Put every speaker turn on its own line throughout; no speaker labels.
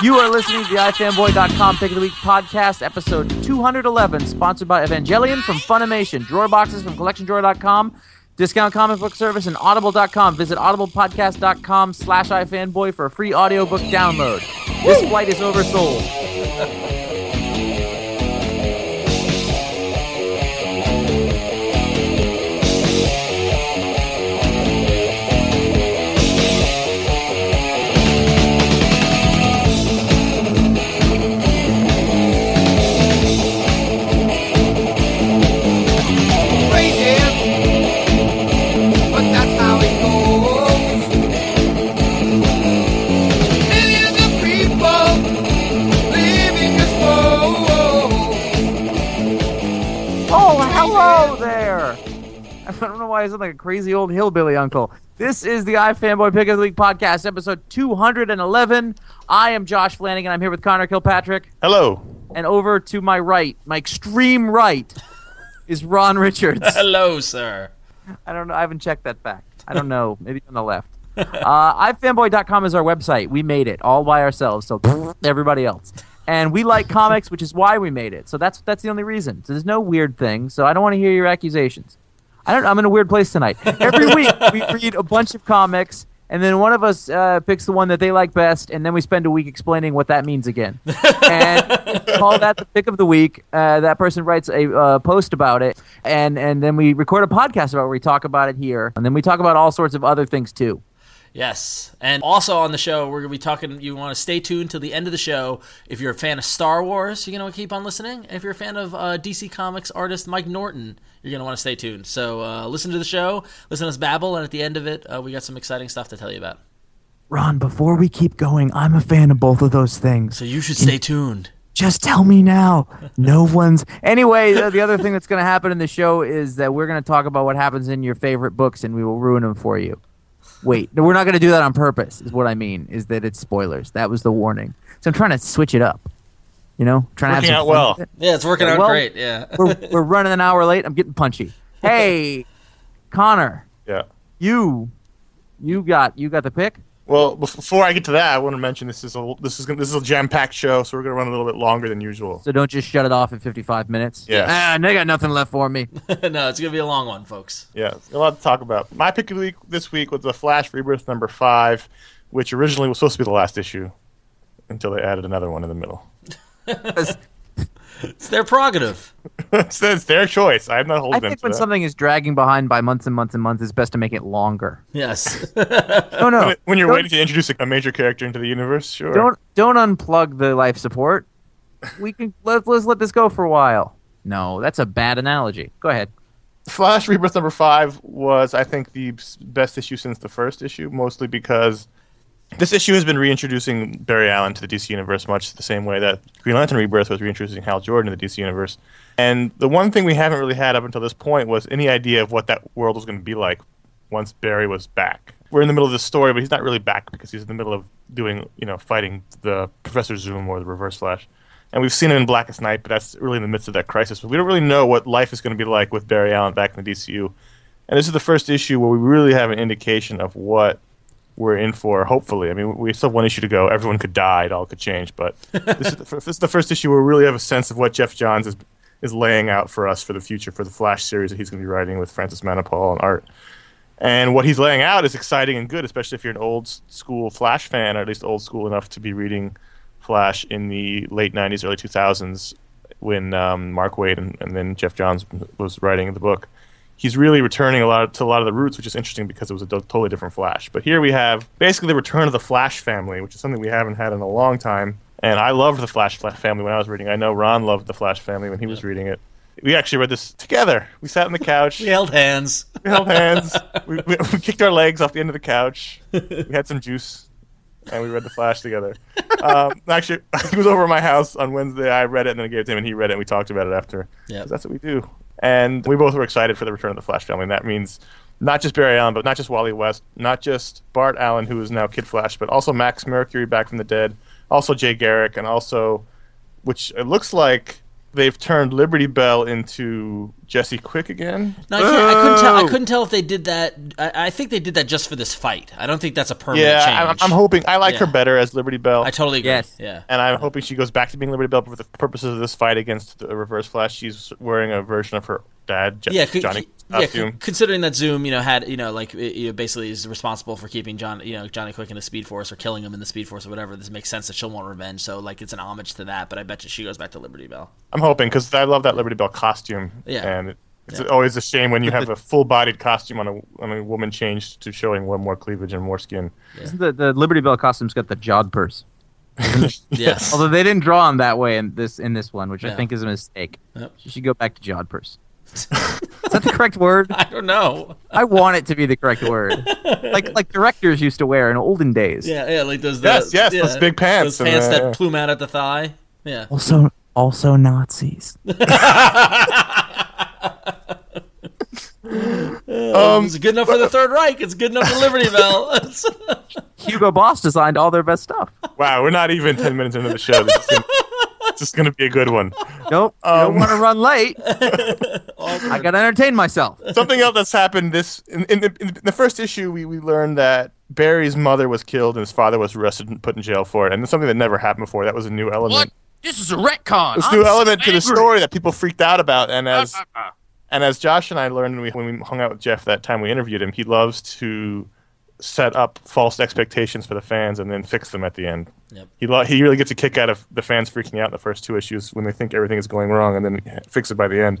You are listening to the iFanboy.com Pick of the Week podcast, episode 211, sponsored by Evangelion from Funimation, drawer boxes from CollectionDrawer.com, discount comic book service, and Audible.com. Visit audiblepodcast.com slash iFanboy for a free audiobook download. This flight is oversold.
crazy, but that's how it goes. Millions of people living this world.
Oh, hello there! I don't know why I sound like a crazy old hillbilly uncle. This is the iFanboy Pick of the Week podcast, episode 211. I am Josh Flanagan. I'm here with Connor Kilpatrick.
Hello.
And over to my right, my extreme right, is Ron Richards.
Hello, sir.
I don't know. I haven't checked that back. I don't know. Maybe on the left. Uh, iFanboy.com is our website. We made it all by ourselves, so everybody else. And we like comics, which is why we made it. So that's that's the only reason. So there's no weird thing. So I don't want to hear your accusations. I don't. I'm in a weird place tonight. Every week we read a bunch of comics and then one of us uh, picks the one that they like best, and then we spend a week explaining what that means again. and call that the pick of the week. Uh, that person writes a uh, post about it, and and then we record a podcast about it. We talk about it here, and then we talk about all sorts of other things too.
Yes. And also on the show, we're going to be talking. You want to stay tuned till the end of the show. If you're a fan of Star Wars, you're going to keep on listening. And if you're a fan of uh, DC Comics artist Mike Norton, you're going to want to stay tuned. So uh, listen to the show, listen to us babble, and at the end of it, uh, we got some exciting stuff to tell you about.
Ron, before we keep going, I'm a fan of both of those things.
So you should stay tuned.
Just tell me now. No one's. Anyway, the, the other thing that's going to happen in the show is that we're going to talk about what happens in your favorite books, and we will ruin them for you. Wait, no, we're not going to do that on purpose. Is what I mean is that it's spoilers. That was the warning. So I'm trying to switch it up. You know, trying
Working
to have
out
some fun
well.
with it.
Yeah, it's working out
Well-
great. Yeah.
We're, we're running an hour late. I'm getting punchy. Hey, Connor,
Yeah.
you, you got you got the pick.
Well, bef- before I get to that, I want to mention this is a this is gonna, this is a jam packed show, so we're gonna run a little bit longer than usual.
So don't just shut it off in 55 minutes.
Yeah.
Ah, and they got nothing left for me.
no, it's going to be a long one, folks.
Yeah, a lot to talk about. My pick of the week this week was the Flash Rebirth number five, which originally was supposed to be the last issue, until they added another one in the middle.
It's their prerogative.
so it's their choice. I'm not
I
holding them
think
to
when
that.
something is dragging behind by months and months and months, it's best to make it longer.
Yes.
No, no.
When- when you're
don't,
waiting to introduce a, a major character into the universe, sure.
don't don't unplug the life support. We can let let's let this go for a while. No, that's a bad analogy. Go ahead.
Flash Rebirth number five was, I think, the s- best issue since the first issue, mostly because this issue has been reintroducing Barry Allen to the DC universe much the same way that Green Lantern Rebirth was reintroducing Hal Jordan to the DC universe. And the one thing we haven't really had up until this point was any idea of what that world was going to be like once Barry was back. We're in the middle of this story, but he's not really back because he's in the middle of doing, you know, fighting the Professor Zoom or the Reverse Flash. And we've seen him in Blackest Night, but that's really in the midst of that crisis. We don't really know what life is going to be like with Barry Allen back in the DCU. And this is the first issue where we really have an indication of what we're in for, hopefully. I mean, we still have one issue to go. Everyone could die, it all could change. But this, is the, fir- this is the first issue where we really have a sense of what Jeff Johns is, is laying out for us for the future, for the Flash series that he's going to be writing with Francis Manipal and Art. And what he's laying out is exciting and good, especially if you're an old s- school Flash fan, or at least old school enough to be reading Flash in the late 90s, early 2000s, when um, Mark Waid and, and then Jeff Johns was writing the book. He's really returning a lot to a lot of the roots, which is interesting because it was a do- totally different Flash. But here we have basically the return of the Flash family, which is something we haven't had in a long time. And I loved the Flash Fla- family when I was reading. I know Ron loved the Flash family when he was reading it. We actually read this together. We sat on the couch.
we held hands.
We held hands. We, we, we kicked our legs off the end of the couch. We had some juice, and we read The Flash together. Um, actually, he was over at my house on Wednesday. I read it, and then I gave it to him, and he read it, and we talked about it after.
Yep.
'Cause that's what we do. And we both were excited for the return of the Flash family, and that means not just Barry Allen, but not just Wally West, not just Bart Allen, who is now Kid Flash, but also Max Mercury back from the dead, also Jay Garrick, and also which it looks like they've turned Liberty Bell into Jesse Quick again.
No, I, can't, I couldn't tell. I couldn't tell if they did that. I, I think they did that just for this fight. I don't think that's a permanent
Yeah, I'm,
change.
I'm hoping. I like
Yeah.
her better as Liberty Bell,
I totally agree.
Yes.
Yeah.
and I'm hoping she goes back to being Liberty Bell. But for the purposes of this fight against the Reverse Flash, she's wearing a version of her dad, Je-
Yeah, c-
Johnny
c- yeah, c-
costume.
considering that Zoom, you know, had you know, like it, you know, basically is responsible for keeping John, you know, Johnny Quick in the Speed Force or killing him in the Speed Force or whatever. This makes sense that she'll want revenge, so like it's an homage to that. But I bet you she goes back to Liberty Bell.
I'm hoping because I love that Liberty Bell costume.
Yeah.
and it's always a shame when you have a full-bodied costume on a on a woman changed to showing one more cleavage and more skin.
Isn't the, the Liberty Bell costume's got the jawed purse?
Yes.
Although they didn't draw him that way in this in this one, which
Yeah.
I think is a mistake.
Yep.
You should go back to jawed purse. is that the correct word?
I don't know.
I want it to be the correct word. Like like directors used to wear in olden days.
Yeah, yeah, like those.
Yes,
the,
yes,
yeah,
those big pants
Those
and,
pants
uh,
that
yeah.
plume out at the thigh. Yeah.
Also also Nazis.
Um,
It's good enough for the Third Reich. It's good enough for Liberty Bell.
Hugo Boss designed all their best stuff.
wow, we're not even ten minutes into the show. This is gonna, this is gonna be a good one.
Nope. I
Um.
don't want to run late. I gotta entertain myself.
something else that's happened this in, in, the, in the first issue we, we learned that barry's mother was killed and his father was arrested and put in jail for it and that's something that never happened before that was a new element
This is a retcon.
this new element to the story that people freaked out about and as and as josh and i learned when we, when we hung out with jeff that time we interviewed him he loves to set up false expectations for the fans and then fix them at the end.
Yep.
He lo- he really gets a kick out of the fans freaking out in the first two issues when they think everything is going wrong and then fix it by the end.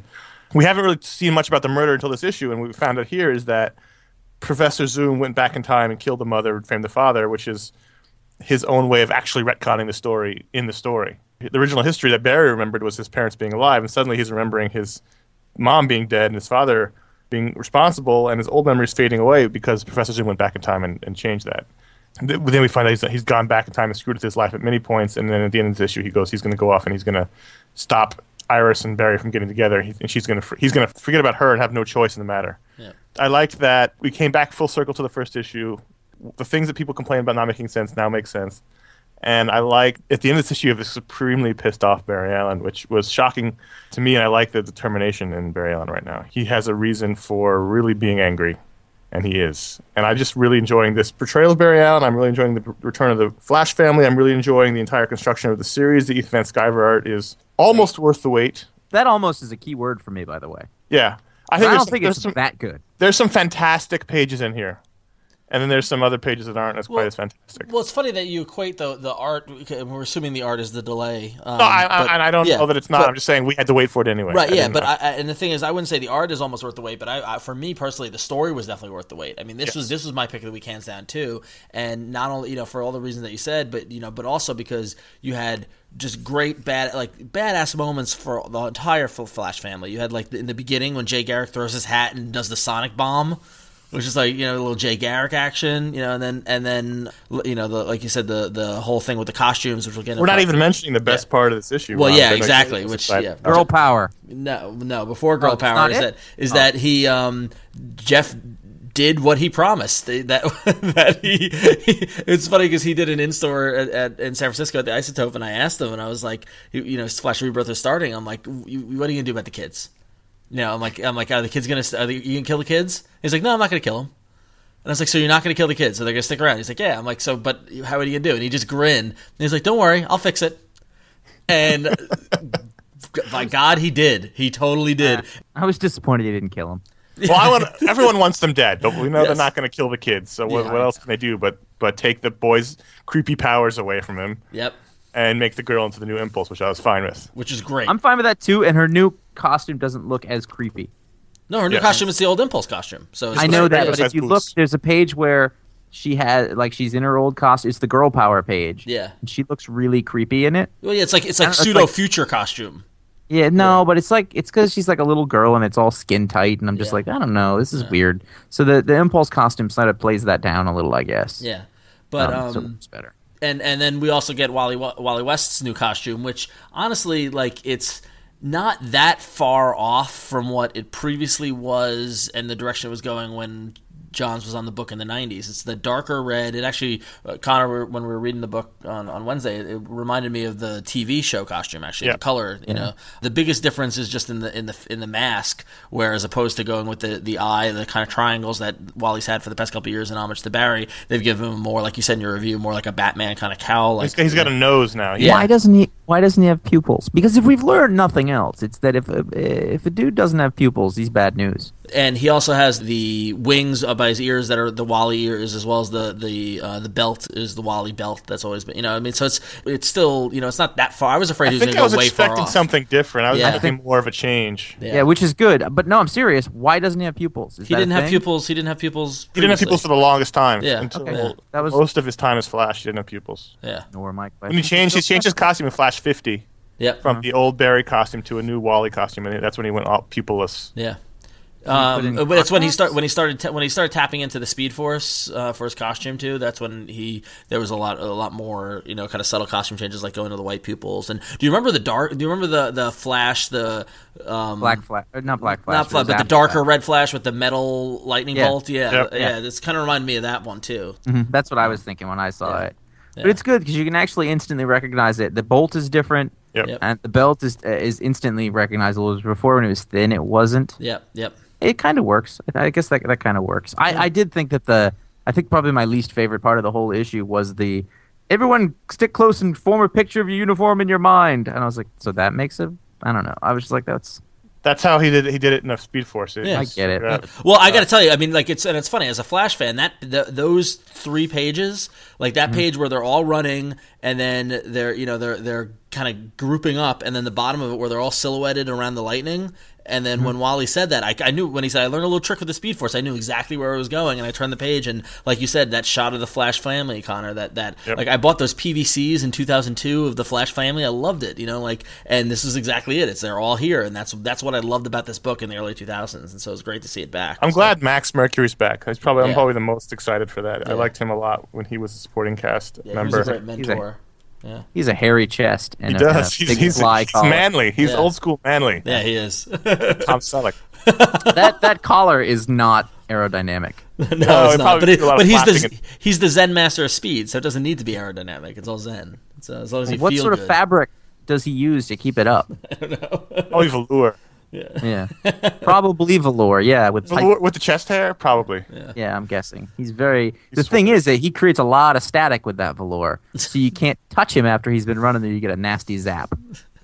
We haven't really seen much about the murder until this issue, and what we found out here is that Professor Zoom went back in time and killed the mother and framed the father, which is his own way of actually retconning the story in the story. The original history that Barry remembered was his parents being alive, and suddenly he's remembering his mom being dead and his father being responsible, and his old memories fading away because Professor Zoom went back in time and, and changed that. And th- then we find out he's, he's gone back in time and screwed with his life at many points, and then at the end of this issue, he goes, he's going to go off and he's going to stop Iris and Barry from getting together, he, and she's going to fr- he's going to forget about her and have no choice in the matter.
Yeah.
I liked that we came back full circle to the first issue. The things that people complained about not making sense now make sense. And I like at the end of this issue, I was supremely pissed off Barry Allen, which was shocking to me. And I like the determination in Barry Allen right now. He has a reason for really being angry, and he is. And I'm just really enjoying this portrayal of Barry Allen. I'm really enjoying the return of the Flash family. I'm really enjoying the entire construction of the series. The Ethan Van Sciver art is almost worth the wait.
That almost is a key word for me, by the way.
Yeah,
I,
there's-
don't think
there's
it's
some-
that good.
there's some fantastic pages in here, and then there's some other pages that aren't as
Well-
quite as fantastic.
Well, it's funny that you equate the the art. We're assuming the art is the delay. Um,
no, I, I,
but-
and I don't
yeah,
know that it's not.
but-
I'm just saying we had to wait for it anyway.
Right, yeah,
didn't-
but I, I, and the thing is, I wouldn't say the art is almost worth the wait, but I, I for me personally, the story was definitely worth the wait. I mean, this was this was my pick of the week hands down too, and not only you know for all the reasons that you said, but you know, but also because you had just great bad like badass moments for the entire F- Flash family. You had like in the beginning when Jay Garrick throws his hat and does the sonic bomb. Which is like you know a little Jay Garrick action, you know, and then and then you know the like you said the the whole thing with the costumes, which we'll get.
we're not
into-
even mentioning the best part of this issue.
Well,
Rob,
yeah,
but I'm
exactly,
excited.
which,
I'm
yeah.
excited.
Girl power.
No, no. Before girl
Oh, that's
power
not
is
it?
that is that he um, Jeff did what he promised. They- That that he, it's funny because he did an in store at, at, in San Francisco at the Isotope, and I asked him, and I was like, you, you know, Flash Rebirth is starting. I'm like, "You- what are you gonna do about the kids? You know, I'm like, I'm like, are the kids gonna? Are they, you gonna kill the kids? He's like, no, I'm not gonna kill them. And I was like, so you're not going to kill the kids, so they're going to stick around. He's like, yeah. I'm like, so, but how are you going to do? And he just grinned. And he's like, don't worry, I'll fix it. And by God, he did. He totally did.
I was disappointed they didn't kill him.
Well, I want everyone wants them dead, but we know they're
Yes.
not going to kill the kids. So what,
Yeah.
what else can they do but but take the boy's creepy powers away from him
Yep.
and make the girl into the new impulse, which I was fine with.
Which is great.
I'm fine with that too, and her new costume doesn't look as creepy.
no, her new
Yeah.
costume is the old Impulse costume. So it's
I know that,
Yeah,
but
size
if you look,
boots.
there's a page where she had like she's in her old costume. It's the girl power page.
Yeah.
and she looks really creepy in it.
Well, yeah, it's like it's
I
like
don't- it's
pseudo
like-
future costume.
Yeah, no, but it's like it's because she's like a little girl and it's all skin tight, and I'm just
Yeah.
like, I don't know, this is weird. So the the impulse costume side of plays that down a little, I guess.
Yeah. But um,
so it's better.
and and then we also get Wally Wally West's new costume, which honestly, like it's not that far off from what it previously was and the direction it was going when Johns was on the book in the '90s. It's the darker red. It actually, uh, Connor, when we were reading the book on, on Wednesday, it, it reminded me of the TV show costume. Actually,
Yeah.
the color. You know, the biggest difference is just in the in the in the mask, where as opposed to going with the the eye, the kind of triangles that Wally's had for the past couple of years in homage to Barry, they've given him more, like you said in your review, more like a Batman kind of cowl. Like
He's- he's got a nose now. He-
Yeah.
Why doesn't he? Why doesn't he have pupils? Because if we've learned nothing else, it's that if a, if a dude doesn't have pupils, he's bad news.
and he also has the wings up by his ears that are the Wally ears, as well as the the uh, the belt is the Wally belt. That's always been, you know. I mean, so it's it's still, you know, it's not that far. I was afraid
I
he was
think
going
I
to
was
go way far
expecting
off.
something different. I was
Yeah. I
expecting more of a change.
Yeah.
Yeah. which is good. But no, I'm serious. Why doesn't he have pupils? Is
He
that a
didn't have
thing?
pupils. He didn't have pupils.
He didn't have pupils for the longest time.
Yeah.
Until
Okay. Yeah.
That was-
most of his time as Flash. He didn't have pupils.
Yeah.
Nor my question.
When he changed, he changed his costume in Flash 50
Yep.
Uh-huh.
from the old Barry costume to a new Wally costume, and that's when he went all pupilless.
Yeah.
put
Um,
in
uh, but that's when he
contacts?
start when he started ta- when he started tapping into the Speed Force uh, for his costume too. That's when he there was a lot a lot more you know kind of subtle costume changes like going to the white pupils. And do you remember the dark? Do you remember the the Flash the um,
Black Flash, uh, not Black Flash,
not
it
Flash,
was
but the
after
darker
Flash.
red Flash with the metal lightning
Yeah. Mm-hmm.
bolt? Yeah,
Yep.
yeah.
Yeah.
This kind of reminded me of that one too.
That's what I was thinking when I saw
Yeah.
it.
Yeah.
But it's good because you can actually instantly recognize it. The bolt is different,
Yep.
Yep.
and the belt is uh, is instantly recognizable. As before, when it was thin, it wasn't.
Yep, yep.
It kind of works. I I guess that that kind of works. I, I did think that the I think probably my least favorite part of the whole issue was the everyone stick close and form a picture of your uniform in your mind. And I was like, so that makes it. I don't know. I was just like, that's
That's how he did. He did it in a Speed Force. It
Yeah.
was-
I
get it.
yeah.
Well, I got to tell you, I mean, like it's and it's funny as a Flash fan that th those three pages, like that page where they're all running and then they're you know they're they're kind of grouping up, and then the bottom of it where they're all silhouetted around the lightning. And then when Wally said that, I, I knew when he said I learned a little trick with the Speed Force, I knew exactly where it was going, and I turned the page, and like you said, that shot of the Flash family, Connor, that that like I bought those PVCs in 2002 of the Flash family, I loved it, you know, like, and this is exactly it. It's they're all here, and that's that's what I loved about this book in the early 2000s, and so it was great to see it back.
I'm glad Max Mercury's back. He's probably I'm
Yeah.
probably the most excited for that. I liked him a lot when he was a supporting cast
Yeah,
member.
He was a great
a-
mentor.
He's a hairy chest and,
He
a, and a
does. He's,
big
he's,
fly
he's
collar.
manly. He's
Yeah.
old school manly.
yeah, he is. no,
Tom Selleck.
that that collar is not aerodynamic.
it's
it
not.
probably
But, it,
took a lot
but
of
he's the
flapping
he's the Zen master of speed, so it doesn't need to be aerodynamic. It's all Zen. So as long as you
What
feel
sort of
good.
fabric does he use to keep it up?
Probably velour.
Yeah, probably velour. Yeah, with tight,
Velour with the chest hair, probably.
yeah, I'm guessing he's very. The
He's
thing is that he creates a lot of static with that velour, so you can't touch him after he's been running there. You get a nasty zap.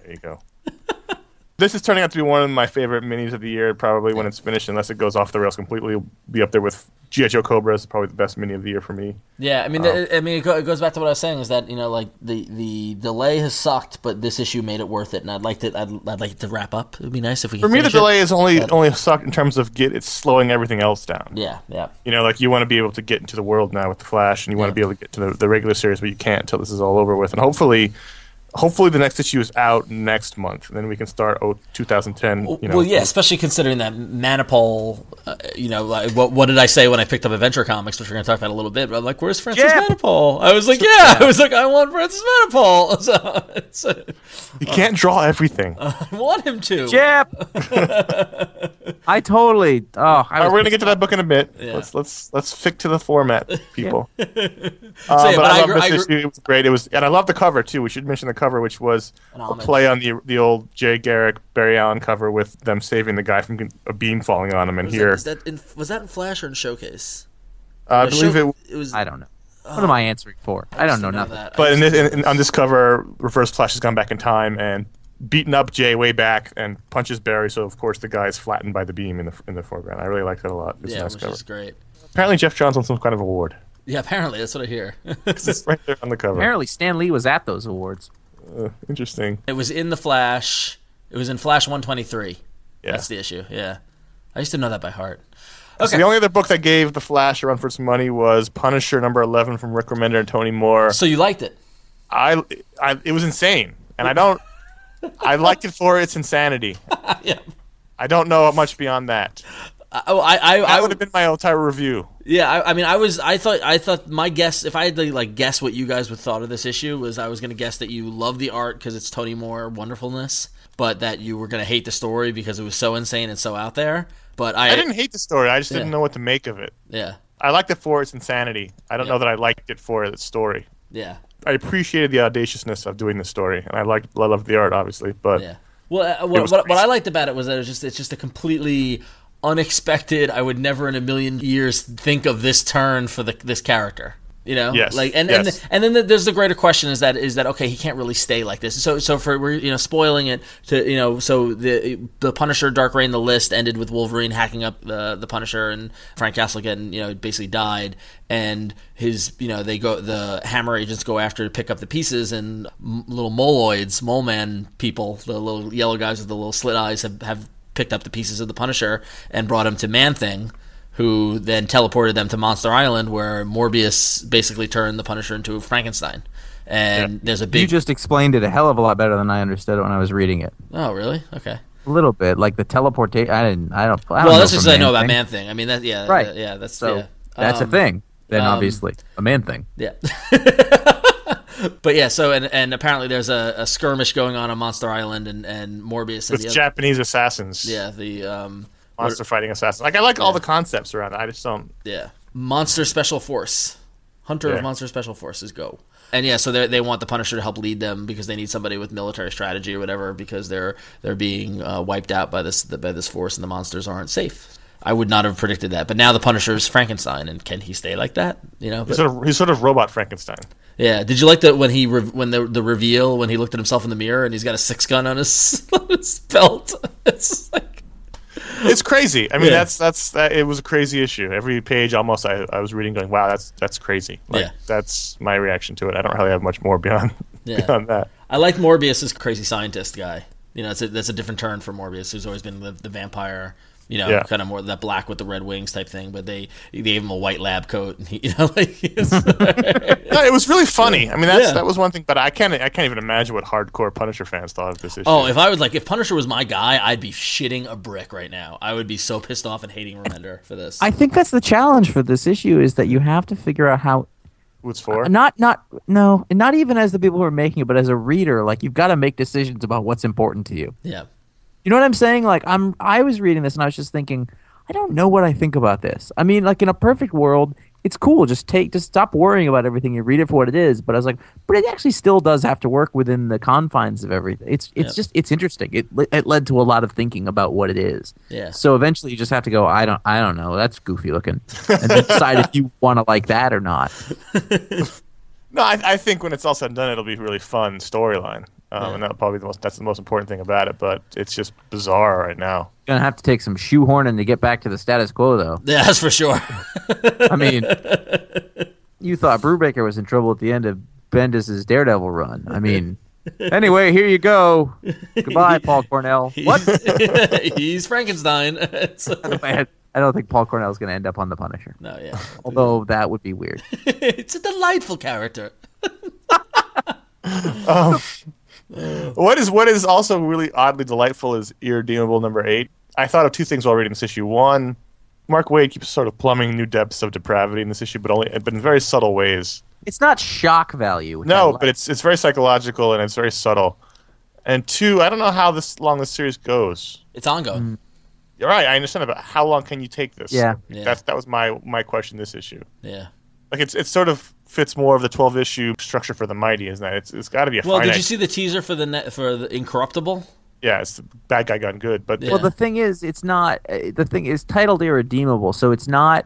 There you go. this is turning out to be one of my favorite minis of the year. Probably when it's finished, unless it goes off the rails completely, it'll be up there with GI Joe Cobra is probably the best mini of the year for me.
Yeah, I mean, th- I mean, it, go- it goes back to what I was saying is that you know, like the the delay has sucked, but this issue made it worth it, and I'd like to I'd, I'd like it to wrap up. It'd be nice if we
For
could
me, the
finish
delay is only
But-
only sucked in terms of get it's slowing everything else down.
It. Yeah, yeah,
You know, like you want to be able to get into the world now with the Flash, and you want to be able to get to the, the regular series, but you can't until this is all over with. And hopefully, hopefully the next issue is out next month, and then we can start oh, 2010. You know,
well, yeah, especially considering that Manipal, uh, you know, like, what what did I say when I picked up Adventure Comics, which we're going to talk about a little bit? But I'm like, where's Francis
Yeah.
Manipal? I was like, yeah, I was like, I want Francis Manipal. So, so
you can't draw everything.
I want him to.
Jep. I totally. Oh, I
All right,
was
we're gonna get to that book in a bit.
Yeah.
Let's let's let's stick to the format, people. Uh,
yeah,
but,
but I
I,
agree-
love
I
this
agree-
issue. It was great. It was, and I love the cover too. We should mention the cover, which was a
homage.
play on the the old Jay Garrick Barry Allen cover with them saving the guy from con- a beam falling on him. And
Was
here,
that, is that in, was that in Flash or in Showcase?
uh, I
Uh,
believe
Show-
it.
was.
I don't know. What am I answering for? I don't know
none of
nothing.
that. I
But in
just-
this, in, in- on this cover, Reverse Flash has gone back in time and beaten up Jay way back and punches Barry. So of course the guy is flattened by the beam in the in the foreground. I really like that a lot. It's
yeah,
a nice
which
cover.
is great.
Apparently Jeff Johns won some kind of award.
Yeah, apparently that's what I hear.
'Cause it's right there on the cover.
Apparently, Stan Lee was at those awards.
Interesting.
It was in the Flash. It was in Flash 123.
Yeah.
That's the issue. Yeah, I used to know that by heart.
So the only other book that gave the Flash a run for its money was Punisher number eleven from Rick Remender and Tony Moore.
So you liked it?
I, I it was insane, and I don't. I liked it for its insanity.
Yeah.
I don't know much beyond that.
Oh, I, I,
That
I
would have been my entire review.
Yeah, I, I mean, I was, I thought, I thought my guess, if I had to like guess what you guys would thought of this issue, was I was going to guess that you love the art because it's Tony Moore wonderfulness, but that you were going to hate the story because it was so insane and so out there. But I,
I didn't hate the story. I just didn't
Yeah.
know what to make of it.
yeah,
I liked it for its insanity. I don't
Yeah.
know that I liked it for its story.
yeah,
I appreciated the audaciousness of doing the story, and I liked I loved the art, obviously. But
yeah. Well, uh, what,
was
what, what I
crazy.
liked about it was that it was just, it's just a completely unexpected. I would never in a million years think of this turn for the this character. You know,
Yes,
like and
yes.
and and then the, there's the greater question is that is that okay? He can't really stay like this. So so for we're you know spoiling it to you know so the the Punisher, Dark Reign, the list ended with Wolverine hacking up uh, the the Punisher and Frank Castle getting you know basically died and his you know they go the Hammer agents go after to pick up the pieces and m- little moloids, mole man people, the little yellow guys with the little slit eyes have have picked up the pieces of the Punisher and brought him to Man Thing who then teleported them to Monster Island, where Morbius basically turned the Punisher into Frankenstein. And there's a
You
big.
just explained it a hell of a lot better than I understood it when I was reading it.
oh, really? Okay.
A little bit, like the teleportation. I didn't. I don't. I don't
Well,
know
that's
from
just what I know about
anything.
Man Thing. I mean, that yeah,
Right.
that- yeah, that's
So
yeah.
that's
Um,
a thing. Then obviously a man thing.
Yeah. but yeah, so and and apparently there's a, a skirmish going on on Monster Island, and and Morbius and
with
the other,
Japanese assassins,
yeah the um
monster fighting assassins. Like I like all the concepts around. it. I just don't.
Yeah. Monster Special Force. Hunter
Yeah.
of Monster Special Forces, go. And yeah, so they they want the Punisher to help lead them because they need somebody with military strategy or whatever because they're they're being uh, wiped out by this by this force and the monsters aren't safe. I would not have predicted that. But now the Punisher is Frankenstein, and can he stay like that? You know,
He's
but,
sort of, he's sort of robot Frankenstein.
yeah. Did you like that when he re- when the the reveal when he looked at himself in the mirror and he's got a six gun on his, on his belt? It's like
It's crazy. I mean,
Yeah.
that's that's that, it was a crazy issue. Every page almost I, I was reading going, wow, that's that's crazy. Like,
Yeah.
That's my reaction to it. I don't really have much more beyond
Yeah.
beyond that.
I like Morbius as crazy scientist guy. You know, that's a, that's a different turn for Morbius, who's always been the, the vampire. You know,
Yeah.
kind of more that black with the red wings type thing. But they they gave him a white lab coat, and he, you know, like it's-
No, it was really funny. I mean, that's
Yeah.
that was one thing, but I can't I can't even imagine what hardcore Punisher fans thought of this issue.
oh, if I was like, if Punisher was my guy, I'd be shitting a brick right now. I would be so pissed off and hating Remender for this.
I think that's the challenge for this issue is that you have to figure out how
What's for?
not not no not even as the people who are making it but as a reader like you've got to make decisions about what's important to you
yeah,
you know what i'm saying like i'm i was reading this and i was just thinking i don't know what i think about this i mean like in a perfect world it's cool just take just stop worrying about everything you read it for what it is but i was like but it actually still does have to work within the confines of everything it's it's
Yep.
just it's interesting it le- it led to a lot of thinking about what it is
Yeah.
so eventually you just have to go i don't i don't know that's goofy looking and then decide if you want to like that or not
No, I, I think when it's all said and done, it'll be a really fun storyline, um, and that'll probably be the most that's the most important thing about it. But it's just bizarre right now.
gonna have to take some shoehorning to get back to the status quo, though.
yeah, that's for sure.
I mean, you thought Brubaker was in trouble at the end of Bendis's Daredevil run. I mean, anyway, here you go. Goodbye, Paul Cornell. What?
He's Frankenstein. It's-
I don't think Paul Cornell's gonna end up on the Punisher.
no, yeah,
Mm-hmm.
Although that would be weird.
it's a delightful character.
What is what is also really oddly delightful is irredeemable number eight. I thought of two things while reading this issue. One, Mark Wade keeps sort of plumbing new depths of depravity in this issue, but only but in very subtle ways.
It's not shock value. which I
No,
like.
but it's it's very psychological and it's very subtle. And two, I don't know how this long this series goes.
It's
Mm.
ongoing.
You're right, I understand, but how long can you take this?
Yeah.
Yeah.
That's that was my my question this issue.
Yeah.
Like it's it sort of fits more of the twelve issue structure for the mighty, isn't it? It's it's gotta be a
Well,
finite
did you see the teaser for the net for the Incorruptible?
Yeah, it's the bad guy gone good. But
Yeah.
Well, the thing is, it's not. uh, The thing is titled irredeemable, so it's not.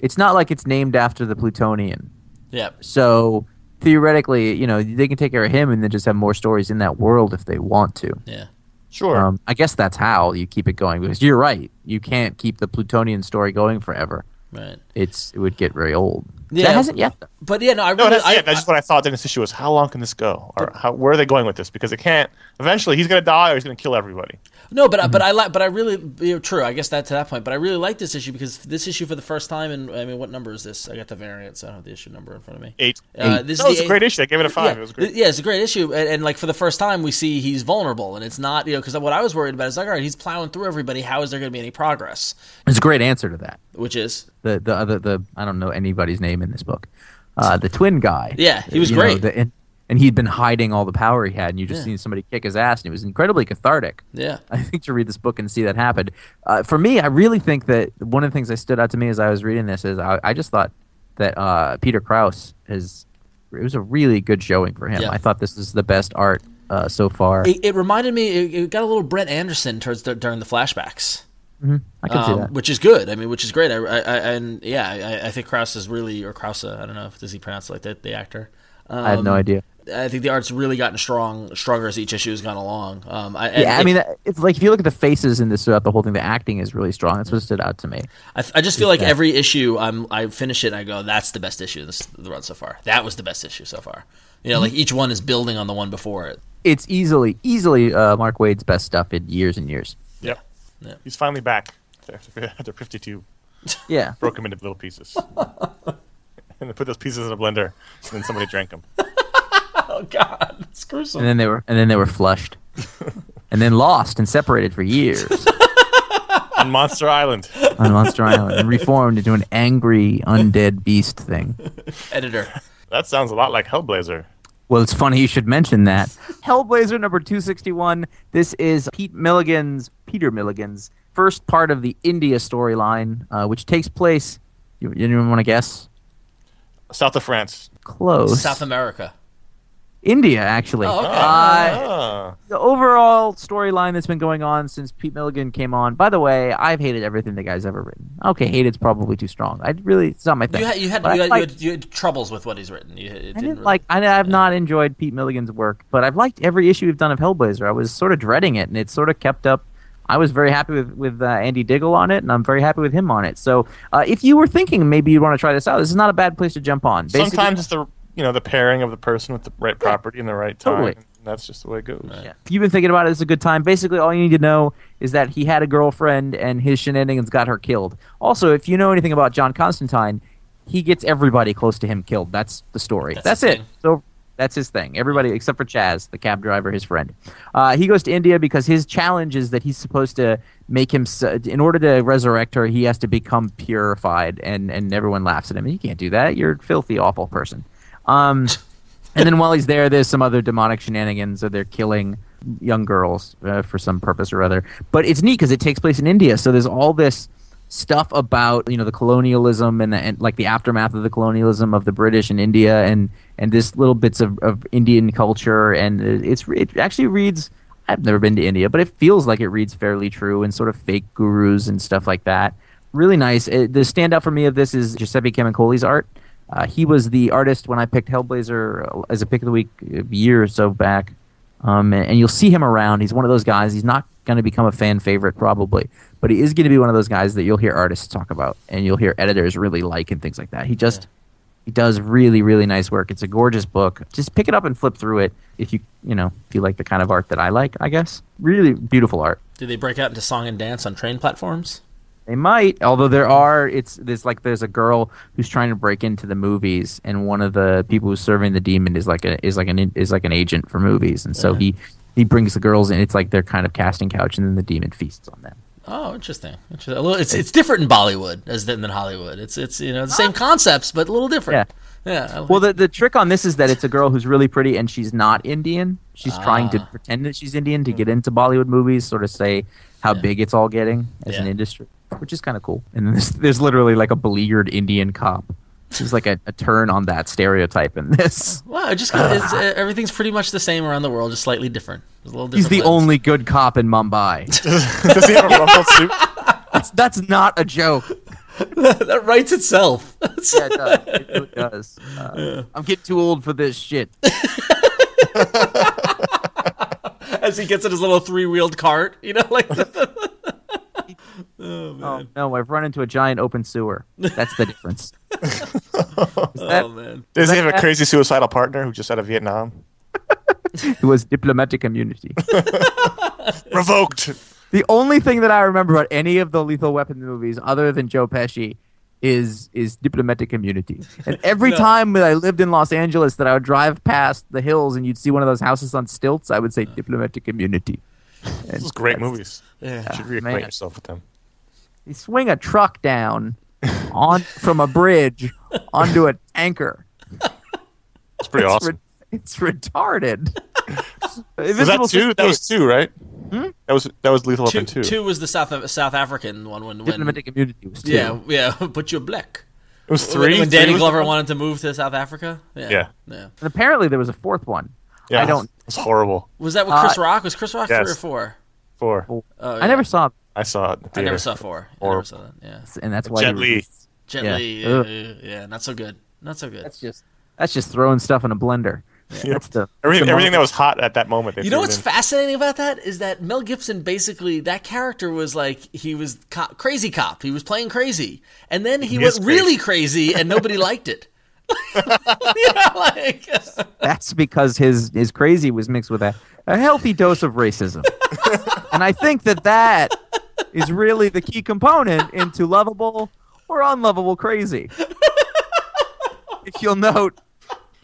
It's not like it's named after the Plutonian.
Yeah.
So theoretically, you know, they can take care of him and then just have more stories in that world if they want to.
Yeah.
sure.
Um, I guess that's how you keep it going because you're right. You can't keep the Plutonian story going forever.
Right.
It's it would get very old.
Yeah.
That hasn't yet. though.
But yeah, no, I
No,
really,
that's,
I,
yeah, that's just what I thought in this issue was how long can this go? Or how, where are they going with this? Because it can't. Eventually, he's going to die or he's going to kill everybody.
No, but I but I like, but I really you know, true. I guess that to that point. But I really like this issue because this issue for the first time. And I mean, what number is this? I got the variant, so I don't have the issue number in front of me.
Eight.
Uh, this
no,
is
it's
the
a great
eight-
issue. I gave it a five.
Yeah,
It was great.
yeah, it's a great issue, and, and like for the first time, we see he's vulnerable, and it's not you know because what I was worried about is like all right, he's plowing through everybody. How is there going to be any progress?
There's a great answer to that.
Which is
The the other the I don't know anybody's name in this book. Uh, the twin guy.
Yeah, he was
You know,
great.
the- and, and he'd been hiding all the power he had, and you just
Yeah.
seen somebody kick his ass, and it was incredibly cathartic.
yeah,
I think to read this book and see that happen. Uh, for me, I really think that one of the things that stood out to me as I was reading this is I, I just thought that uh, Peter Krause has. It was a really good showing for him.
Yeah.
I thought this is the best art uh, so far.
it, it reminded me. It, it got a little Brett Anderson towards the, during the flashbacks.
I can see
um,
that.
which is good. I mean, which is great. I, I, I and yeah, I, I think Krause is really or Krause. I don't know if does he pronounce it like that the actor. Um,
I had no idea.
I think the art's really gotten strong, stronger as each issue has gone along. Um, I, and
Yeah, I
it-
mean, that- it's like if you look at the faces in this throughout the whole thing, the acting is really strong. That's what stood out to me.
I, I just feel like every issue I'm, I finish it and I go, that's the best issue this the run so far. That was the best issue so far. You
Mm-hmm.
know, like each one is building on the one before it.
It's easily, easily uh, Mark Wade's best stuff in years and years.
Yep.
Yeah.
He's finally back after, after 52.
Yeah,
Broke him into little pieces. and they put those pieces in a blender, and then somebody drank them.
Oh God, it's gruesome.
and then they were, and then they were flushed, and then lost and separated for years.
On Monster Island.
on Monster Island and reformed into an angry undead beast thing.
Editor,
That sounds a lot like Hellblazer.
Well, it's funny you should mention that. Hellblazer number 261. This is Pete Milligan's, Peter Milligan's first part of the India storyline, uh, which takes place. You, anyone want to guess?
South of France.
Close.
South America.
India, actually.
Oh, okay.
uh,
Ah.
the overall storyline that's been going on since Pete Milligan came on. By the way, I've hated everything the guy's ever written. Okay, hated's probably too strong. I really, it's not my thing.
You had you had,
But I
you had, you
liked-
had, you had troubles with what he's written. You, it didn't
I
really-
didn't like. I, I've not enjoyed Pete Milligan's work, but I've liked every issue we've done of Hellblazer. I was sort of dreading it, and it sort of kept up. I was very happy with with uh, Andy Diggle on it, and I'm very happy with him on it. So, uh, if you were thinking maybe you want to try this out, this is not a bad place to jump on. Basically-
Sometimes it's the you know the pairing of the person with the right property and the right time.
Totally.
and That's just the way it goes.
Yeah. If you've been thinking about it, it's a good time. Basically, all you need to know is that he had a girlfriend and his shenanigans got her killed. Also, if you know anything about John Constantine, he gets everybody close to him killed. That's the story.
That's
That's,
his
it.
thing.
So that's his thing. Everybody except for Chaz, the cab driver, his friend. Uh, he goes to India because his challenge is that he's supposed to make him, in order to resurrect her, he has to become purified. And, and everyone laughs at him. You can't do that. You're a filthy, awful person. Um, and then while he's there, there's some other demonic shenanigans, or they're killing young girls uh, for some purpose or other. But it's neat because it takes place in India, so there's all this stuff about you know the colonialism and, and like the aftermath of the colonialism of the British in India, and and this little bits of, of Indian culture, and it's it actually reads. I've never been to India, but it feels like it reads fairly true and sort of fake gurus and stuff like that. Really nice. Uh the standout for me of this is Giuseppe Camicoli's art. Uh, he was the artist when I picked Hellblazer uh, as a pick of the week a year or so back. Um, and, and you'll see him around. He's one of those guys. He's not going to become a fan favorite probably, but he is going to be one of those guys that you'll hear artists talk about and you'll hear editors really like and things like that. He just he does really really nice work. It's a gorgeous book. Just pick it up and flip through it if you you know if you like the kind of art that I like. I guess really beautiful art.
Do they break out into song and dance on train platforms?
They might, although there are. It's there's like there's a girl who's trying to break into the movies, and one of the people who's serving the demon is like a is like an is like an agent for movies, and so he he brings the girls in. It's like they're kind of casting couch, and then the demon feasts on them.
Oh, interesting. interesting. A little, it's it's different in Bollywood as than, than Hollywood. It's it's you know the same concepts but a little different. Yeah. I like-
Ah. Well, the the trick on this is that it's a girl who's really pretty, and she's not Indian. She's trying to
Ah.
pretend that she's Indian to get into Bollywood movies, sort of say how big it's all getting as an
Yeah.
industry, which is kind of cool. And then there's, there's literally like a beleaguered Indian cop. There's like a, a turn on that stereotype in this.
Wow, it just it's, uh, everything's pretty much the same around the world, just slightly different. There's a little
He's
different
the
lens.
only good cop in Mumbai.
Does he have a rumpled suit?
That's, that's not a joke.
that writes itself.
Yeah, it does. It really does. Uh, I'm getting too old for this shit.
as he gets in his little three wheeled cart, you know, like
Oh, no, I've run into a giant open sewer. That's the difference. Is that-
oh man.
Does he
that
have a
guy-
crazy suicidal partner who's just out of Vietnam?
it was diplomatic immunity.
Revoked.
the only thing that I remember about any of the Lethal Weapon movies, other than Joe Pesci, is is diplomatic immunity. And every time that I lived in Los Angeles, that I would drive past the hills and you'd see one of those houses on stilts, I would
Uh.
say diplomatic immunity.
This is great movies.
Yeah.
You should reacquaint
man.
yourself with them.
They swing a truck down on from a bridge onto a tanker.
It's pretty
It's,
awesome.
re- it's retarded.
Was that
Invisible
two?
Suit
That was two, right? That was that was Lethal
Two,
Weapon two.
two was the South Af- South African one when, when
diplomatic immunity was two.
yeah yeah but you're black
It was three.
when
Three
Danny
was-
Glover wanted to move to South Africa yeah
Yeah.
And apparently there was a fourth one.
Yeah,
I don't.
It's horrible.
was that with Chris
Uh,
Rock was Chris Rock
yes.
three or four
Four.
Oh, yeah.
I never saw,
I saw it.
I never saw four I never
Horrible.
saw that yeah
and that's why
Jet
you-
Li.
Jet
Yeah.
Li,
Ugh.
yeah, yeah not so good not so good
That's just that's just throwing stuff in a blender. That's the
Everything,
the
everything that was hot at that moment. They
You know
threw it
what's
in.
fascinating about that is that Mel Gibson basically that character was like he was cop, crazy cop. He was playing crazy, and then he, went
is
really crazy, and nobody liked it. you know, like
That's because his his crazy was mixed with a, a healthy dose of racism, and I think that that is really the key component into lovable or unlovable crazy. If you'll note,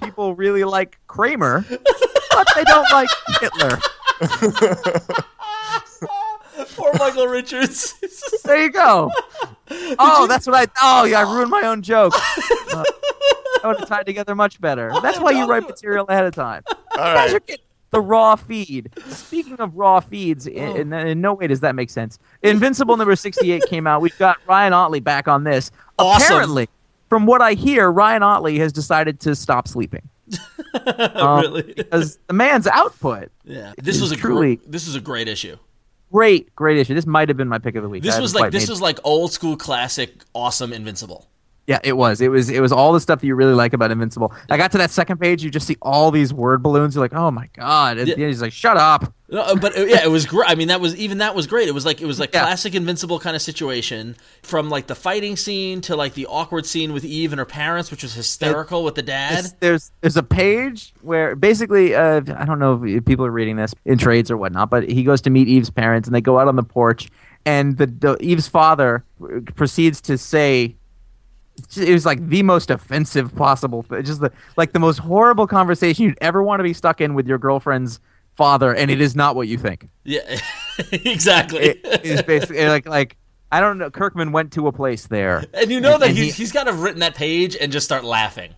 people really like Kramer, but they don't like Hitler.
poor Michael Richards.
There you go. Oh, that's what I. Oh, yeah, I ruined my own joke. Uh, I would have tied together much better. That's why you write material ahead of time.
All
guys
right.
are getting the raw feed. Speaking of raw feeds,
Oh.
in, in, in no way does that make sense. Invincible number 68 came out. We've got Ryan Otley back on this.
Awesome.
Apparently, from what I hear, Ryan Otley has decided to stop sleeping.
really.
because the man's output.
Yeah. This was a
truly-
truly. this was a great issue.
Great, great issue. This might have been my pick of the week. I
This was
haven't
like
quite
this
made-
was like old school classic awesome invincible.
yeah, it was. It was it was all the stuff that you really like about Invincible. I got to that second page, you just see all these word balloons. You're like, oh my god! And
Yeah.
then he's like, shut up.
No, uh, but uh, yeah, it was great. I mean, that was even that was great. It was like it was like
Yeah.
classic Invincible kind of situation, from like the fighting scene to like the awkward scene with Eve and her parents, which was hysterical with the dad.
It's- there's there's a page where basically uh, I don't know if people are reading this in trades or whatnot, but he goes to meet Eve's parents and they go out on the porch, and the, the Eve's father proceeds to say. It was like the most offensive possible, just the, like the most horrible conversation you'd ever want to be stuck in with your girlfriend's father, and it is not what you think.
Yeah, exactly.
It is basically like like I don't know. Kirkman went to a place there,
and you know that
and
he,
he-
he's got to have written that page and just start laughing.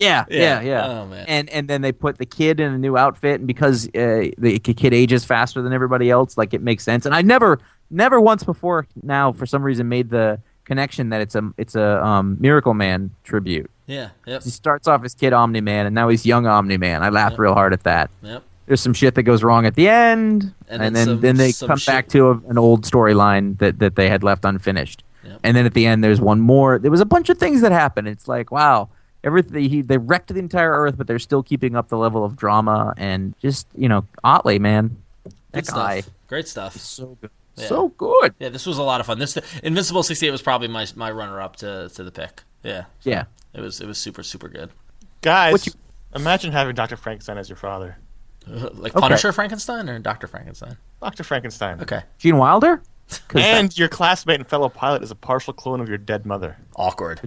Yeah,
Yeah.
yeah, yeah.
Oh, man.
And and then they put the kid in a new outfit, and because uh, the k- kid ages faster than everybody else, like it makes sense. And I never, never once before now, for some reason, made the connection that it's a it's a um, Miracle Man tribute.
Yeah. Yep.
He starts off as kid Omni Man, and now he's young Omni Man. I laughed real hard at that.
Yep.
There's some shit that goes wrong at the end,
And
and,
then
then
some-
then they
some
come
shit-
back to a, an old storyline that that they had left unfinished.
Yep.
And then at the end, there's one more. There was a bunch of things that happened. It's like wow, everything he, they wrecked the entire Earth, but they're still keeping up the level of drama and just you know Otley man,
Good
that guy
stuff. Great stuff.
so good,
Yeah.
so good.
Yeah, this was a lot of fun. This Invincible sixty eight was probably my my runner up to to the pick. Yeah,
Yeah,
it was it was super super good.
Guys,
What you-
imagine having Dr. Frankenstein as your father.
Like Punisher Frankenstein or Doctor Frankenstein.
Dr. Frankenstein.
Okay,
Gene Wilder. 'Cause
And your classmate and fellow pilot is a partial clone of your dead mother.
awkward.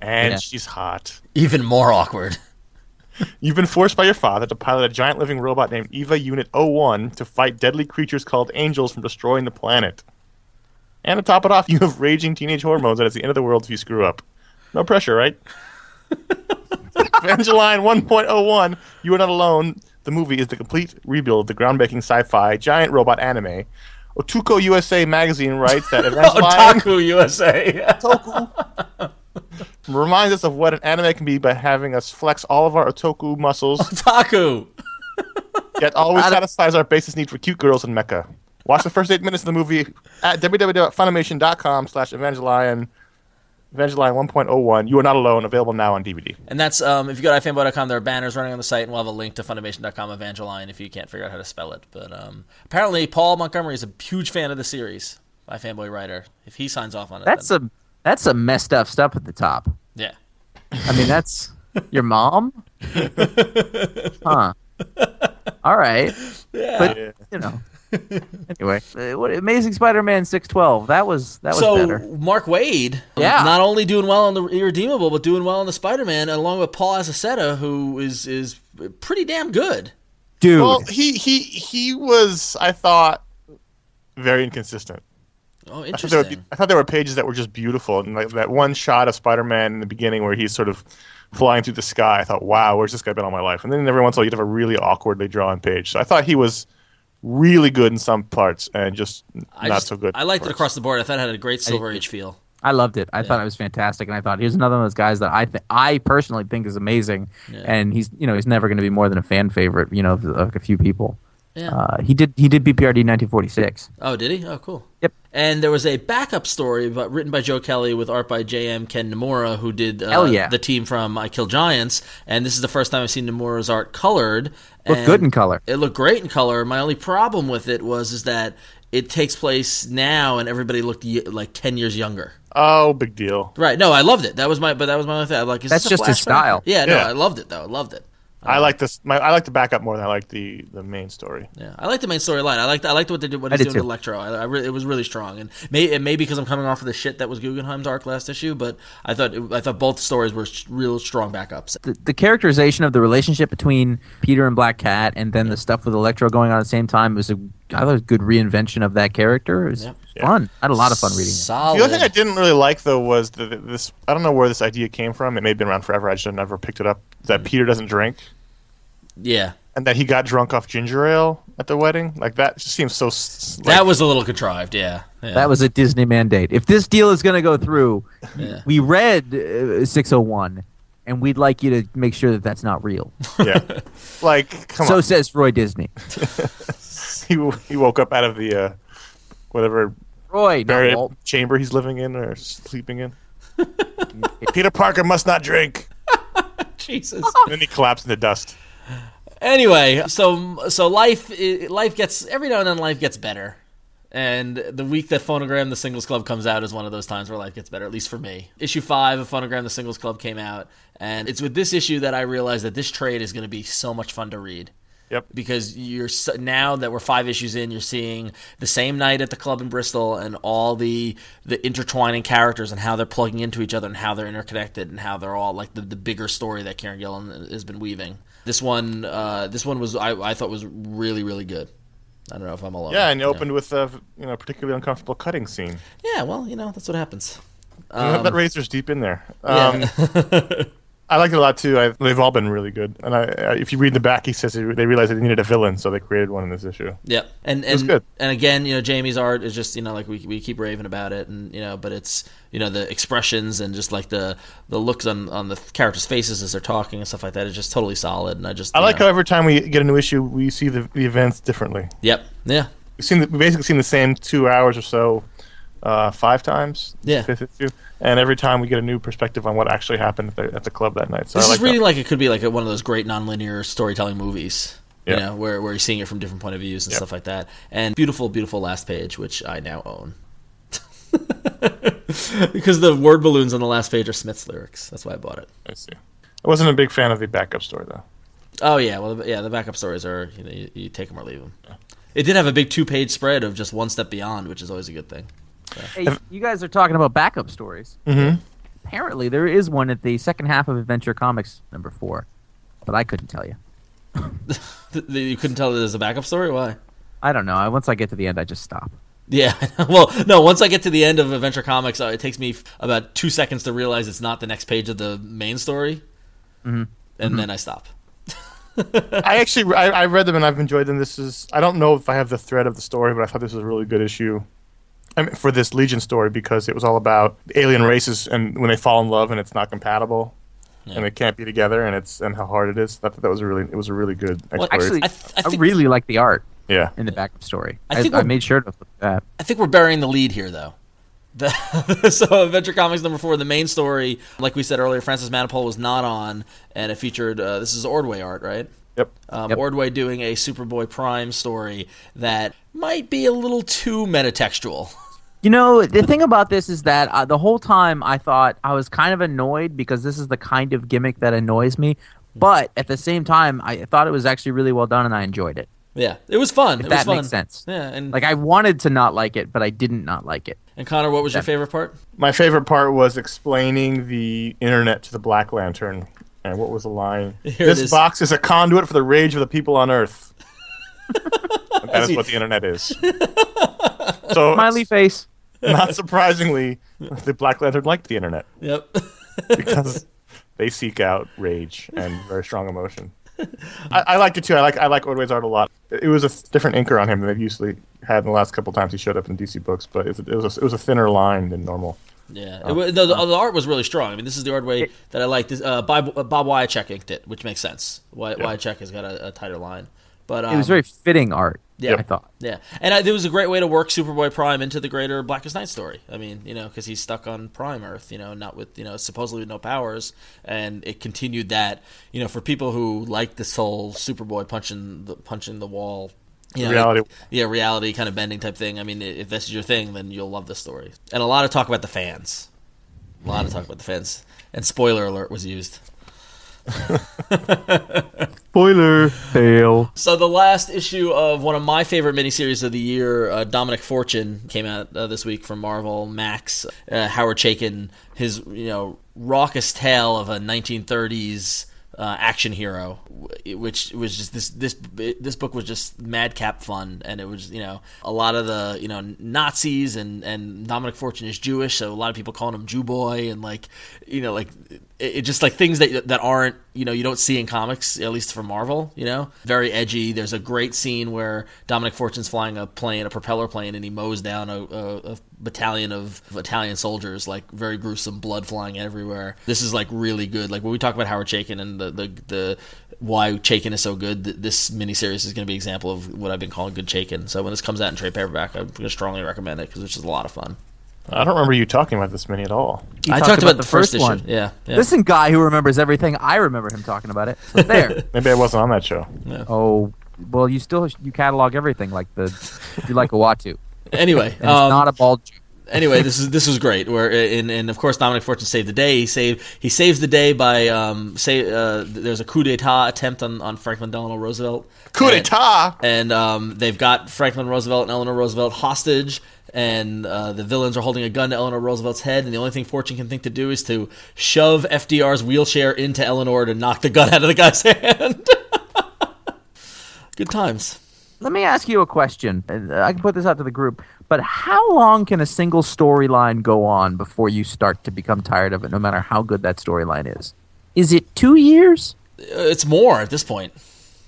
And
Yeah.
she's hot.
Even more awkward.
You've been forced by your father to pilot a giant living robot named EVA Unit 01 to fight deadly creatures called angels from destroying the planet. And to top it off, you have raging teenage hormones, and it's the end of the world if you screw up. No pressure, right? Evangeline 1.01, You Are Not Alone, the movie is the complete rebuild of the groundbreaking sci fi giant robot anime. Otuko USA magazine writes that Evangeline
Otaku USA.
reminds us of what an anime can be by having us flex all of our otoku muscles
Otaku.
yet always satisfies our basis need for cute girls in Mecca. Watch the first eight minutes of the movie at www.funimation.com slash Evangelion, Evangelion 1.01. You are not alone. Available now on DVD.
And that's um, if you go to ifanboy.com, there are banners running on the site, and we'll have a link to Funimation.com Evangeline if you can't figure out how to spell it. But um, apparently, Paul Montgomery is a huge fan of the series. My fanboy writer. If he signs off on it,
that's
then-
a that's a messed up stuff at the top.
yeah.
I mean, that's your mom, huh? All right, but you know. Anyway, uh, what Amazing Spider-Man six twelve? That was that was
So
better.
Mark Wade,
Yeah.
not only doing well on the Irredeemable, but doing well on the Spider-Man, along with Paul Azaceta, who is is pretty damn good.
Dude,
Well, he, he, he was, I thought, very inconsistent.
Oh,
I thought, there were,
interesting.
I thought there were pages that were just beautiful. And like that one shot of Spider Man in the beginning where he's sort of flying through the sky, I thought, wow, where's this guy been all my life? And then every once in a while you'd have a really awkwardly drawn page. So I thought he was really good in some parts and just
I
not
just-
so good.
I liked it
parts.
across the board. I thought it had a great Silver Age feel.
I loved it. I thought it was fantastic, and I thought here's another one of those guys that I th- I personally think is amazing, and he's you know he's never going to be more than a fan favorite, you know, of, of a few people.
Yeah.
Uh, he did he did BPRD nineteen forty six.
Oh, did he? Oh, cool.
Yep.
And there was a backup story but written by Joe Kelly with art by J.M. Ken Nomura, who did uh,
Hell yeah.
the team from I Kill Giants. And this is the first time I've seen Nomura's art colored.
Looked
and
good in color.
It looked great in color. My only problem with it was is that it takes place now, and everybody looked ye- like ten years younger.
Oh, big deal.
Right? No, I loved it. That was my, but that was my only thing. I'm like, is
That's
this a
just his
flashback?
style.
Yeah, No,
Yeah.
I loved it though. I loved it. Uh,
I like this. My, I like the backup more than I like the, the main story.
Yeah, I like the main storyline. I liked I liked what they did. What
I
he's
did
doing with
too.
Electro, I, I re- it was really strong. And may it may be because I'm coming off of the shit that was Guggenheim's arc last issue, but I thought it, I thought both stories were s- real strong backups.
the, the characterization of the relationship between Peter and Black Cat, and then the stuff with Electro going on at the same time was a I thought it was a good reinvention of that character. It was fun. I had a lot of fun reading it.
Solid.
The other thing I didn't really like though was the, the, this. I don't know where this idea came from. It may have been around forever. I just never picked it up.
Hmm.
That Peter doesn't drink
yeah,
and that he got drunk off ginger ale at the wedding. Like that just seems so. s- Like,
that was a little contrived. Yeah, yeah.
That was a Disney mandate. If this deal is going to go through,
Yeah.
we read uh, 601. and we'd like you to make sure that that's not real.
Yeah. like, come
so
on.
says Roy Disney.
He, w- he woke up out of the uh, whatever
Roy,
buried
no, Walt.
chamber he's living in or sleeping in. Peter Parker must not drink.
Jesus.
And then he collapsed into dust.
Anyway, so so life i- life gets every now and then life gets better, and the week that Phonogram the Singles Club comes out is one of those times where life gets better. At least for me, issue five of Phonogram the Singles Club came out, and it's with this issue that I realized that this trade is going to be so much fun to read
Yep.
because you're s- now that we're five issues in, you're seeing the same night at the club in Bristol and all the the intertwining characters and how they're plugging into each other and how they're interconnected and how they're all like the, the bigger story that Karen Gillan has been weaving. This one, uh, this one was I, I thought was really really good. I don't know if I'm alone.
Yeah, and it opened with a you know particularly uncomfortable cutting scene.
Yeah, well, you know that's what happens.
that razor's deep in there. Um,
Yeah.
I liked it a lot too. I, they've all been really good. And I, I, if you read the back, he says they realized they needed a villain, so they created one in this issue.
Yep. And and
good.
and again, you know, Jamie's art is just you know like we we keep raving about it, and you know, but it's you know the expressions and just like the the looks on on the characters' faces as they're talking and stuff like that is just totally solid. And I just
I
you
like
know,
how every time we get a new issue, we see the, the events differently.
Yep. Yeah.
We've seen the, we've basically seen the same two hours or so uh, five times.
Yeah.
fifth issue, and every time we get a new perspective on what actually happened at the, at the club that night. So
This
I like
is really
that.
like it could be like a, one of those great nonlinear storytelling movies. You
Yeah.
know, where, where you're seeing it from different point of views and stuff like that. And beautiful, beautiful last page, which I now own. because the word balloons on the last page are Smith's lyrics. That's why I bought it.
I see. I wasn't a big fan of the backup story though.
Oh yeah, well yeah, the backup stories are you know you, you take them or leave them. It did have a big two-page spread of just one step beyond, which is always a good thing.
Hey, you guys are talking about backup stories. Mm-hmm. Apparently, there is one at the second half of Adventure Comics number four, but I couldn't tell you.
Th- th- you couldn't tell that there's a backup story. Why?
I don't know. I, once I get to the end, I just stop.
Yeah. Well, no. Once I get to the end of Adventure Comics, uh, it takes me f- about two seconds to realize it's not the next page of the main story, and then I stop.
I actually I, I read them and I've enjoyed them. This is I don't know if I have the thread of the story, but I thought this was a really good issue. I mean, for this Legion story because it was all about alien races and when they fall in love and it's not compatible and they can't be together and it's and how hard it is. I thought that was a really it was a really good exploration.
Actually,
I
I,
th- I think-
really like the art
yeah.
in the backup story.
I
I,
think
I,
we're-
made sure to look that.
I think we're burying the lead here, though. The- so, Adventure Comics number four, the main story, like we said earlier, Francis Manipal was not on, and it featured uh, this is Ordway art, right?
Yep.
Um,
Yep.
Ordway doing a Superboy Prime story that might be a little too metatextual.
You know, the thing about this is that uh, the whole time I thought I was kind of annoyed because this is the kind of gimmick that annoys me.
Hmm.
But at the same time, I thought it was actually really well done and I enjoyed it.
yeah, it was fun. it was
that
fun.
makes sense.
Yeah, and
Like, I wanted to not like it, but I didn't not like it.
and Connor, what was your favorite part?
My favorite part was explaining the internet to the Black Lantern. And what was the line?
Here it
this
is.
box is a conduit for the rage of the people on Earth. And that is what the internet is. So
Smiley face.
not surprisingly, the Black Lantern liked the internet
Yep.
because they seek out rage and very strong emotion. I, I liked it too. I like I like Ordway's art a lot. It was a th- different inker on him than they've usually had in the last couple times he showed up in DC books, but it, it was a, it was a thinner line than normal.
yeah,
Oh.
It wa- the, the, the art was really strong. I mean, this is the Ordway that I liked. This, uh, Bob, uh, Bob Wycheck inked it, which makes sense. Wy, Wycheck has got a, a tighter line, but um,
It was very fitting art,
Yeah.
yeah. I thought.
Yeah, and I, it was a great way to work Superboy Prime into the greater Blackest Night story. I mean, you know, because he's stuck on Prime Earth, you know, not with you know supposedly with no powers, and it continued that you know for people who like this whole Superboy punching the punching the wall. You know,
Reality.
like- yeah, reality kind of bending type thing. I mean, i- if this is your thing, then you'll love this story. And a lot of talk about the fans, a lot of talk about the fans. And spoiler alert was used.
Spoiler fail.
So the last issue of one of my favorite miniseries of the year, uh, Dominic Fortune, came out uh, this week from Marvel. Max uh, Howard Chaykin, his you know raucous tale of a 1930s uh, action hero, w- which was just this this this book was just madcap fun, and it was you know a lot of the you know Nazis and and Dominic Fortune is Jewish, so a lot of people calling him Jew boy, and like you know like it, it just like things that that aren't you know you don't see in comics at least for Marvel you know very edgy. There's a great scene where Dominic Fortune's flying a plane, a propeller plane, and he mows down a, a, a battalion of Italian soldiers, like very gruesome blood flying everywhere. This is like really good. Like when we talk about Howard Chaykin and the the, the why Chaykin is so good, th- this miniseries is going to be an example of what I've been calling good Chaykin. So when this comes out in trade paperback, I'm going to strongly recommend it because it's just a lot of fun.
I don't remember you talking about this mini at all.
He
I talked about, the first, one. Yeah, yeah.
Listen, guy who remembers everything. I remember him talking about it. So there.
Maybe I wasn't on that show.
oh, well, you still you catalog everything like the you like Uatu.
anyway, um,
And it's not a bald joke.
anyway, this is this was great. Where and, and of course Dominic Fortune saved the day. He saved he saves the day by um say uh, there's a coup d'état attempt on, on Franklin Delano Roosevelt.
Coup
And-
d'etat.
And um, they've got Franklin Roosevelt and Eleanor Roosevelt hostage, and uh, the villains are holding a gun to Eleanor Roosevelt's head. And the only thing Fortune can think to do is to shove FDR's wheelchair into Eleanor to knock the gun out of the guy's hand. Good times.
Let me ask you a question. and I can put this out to the group, but how long can a single storyline go on before you start to become tired of it, no matter how good that storyline is? Is it two years?
Uh, It's more at this point.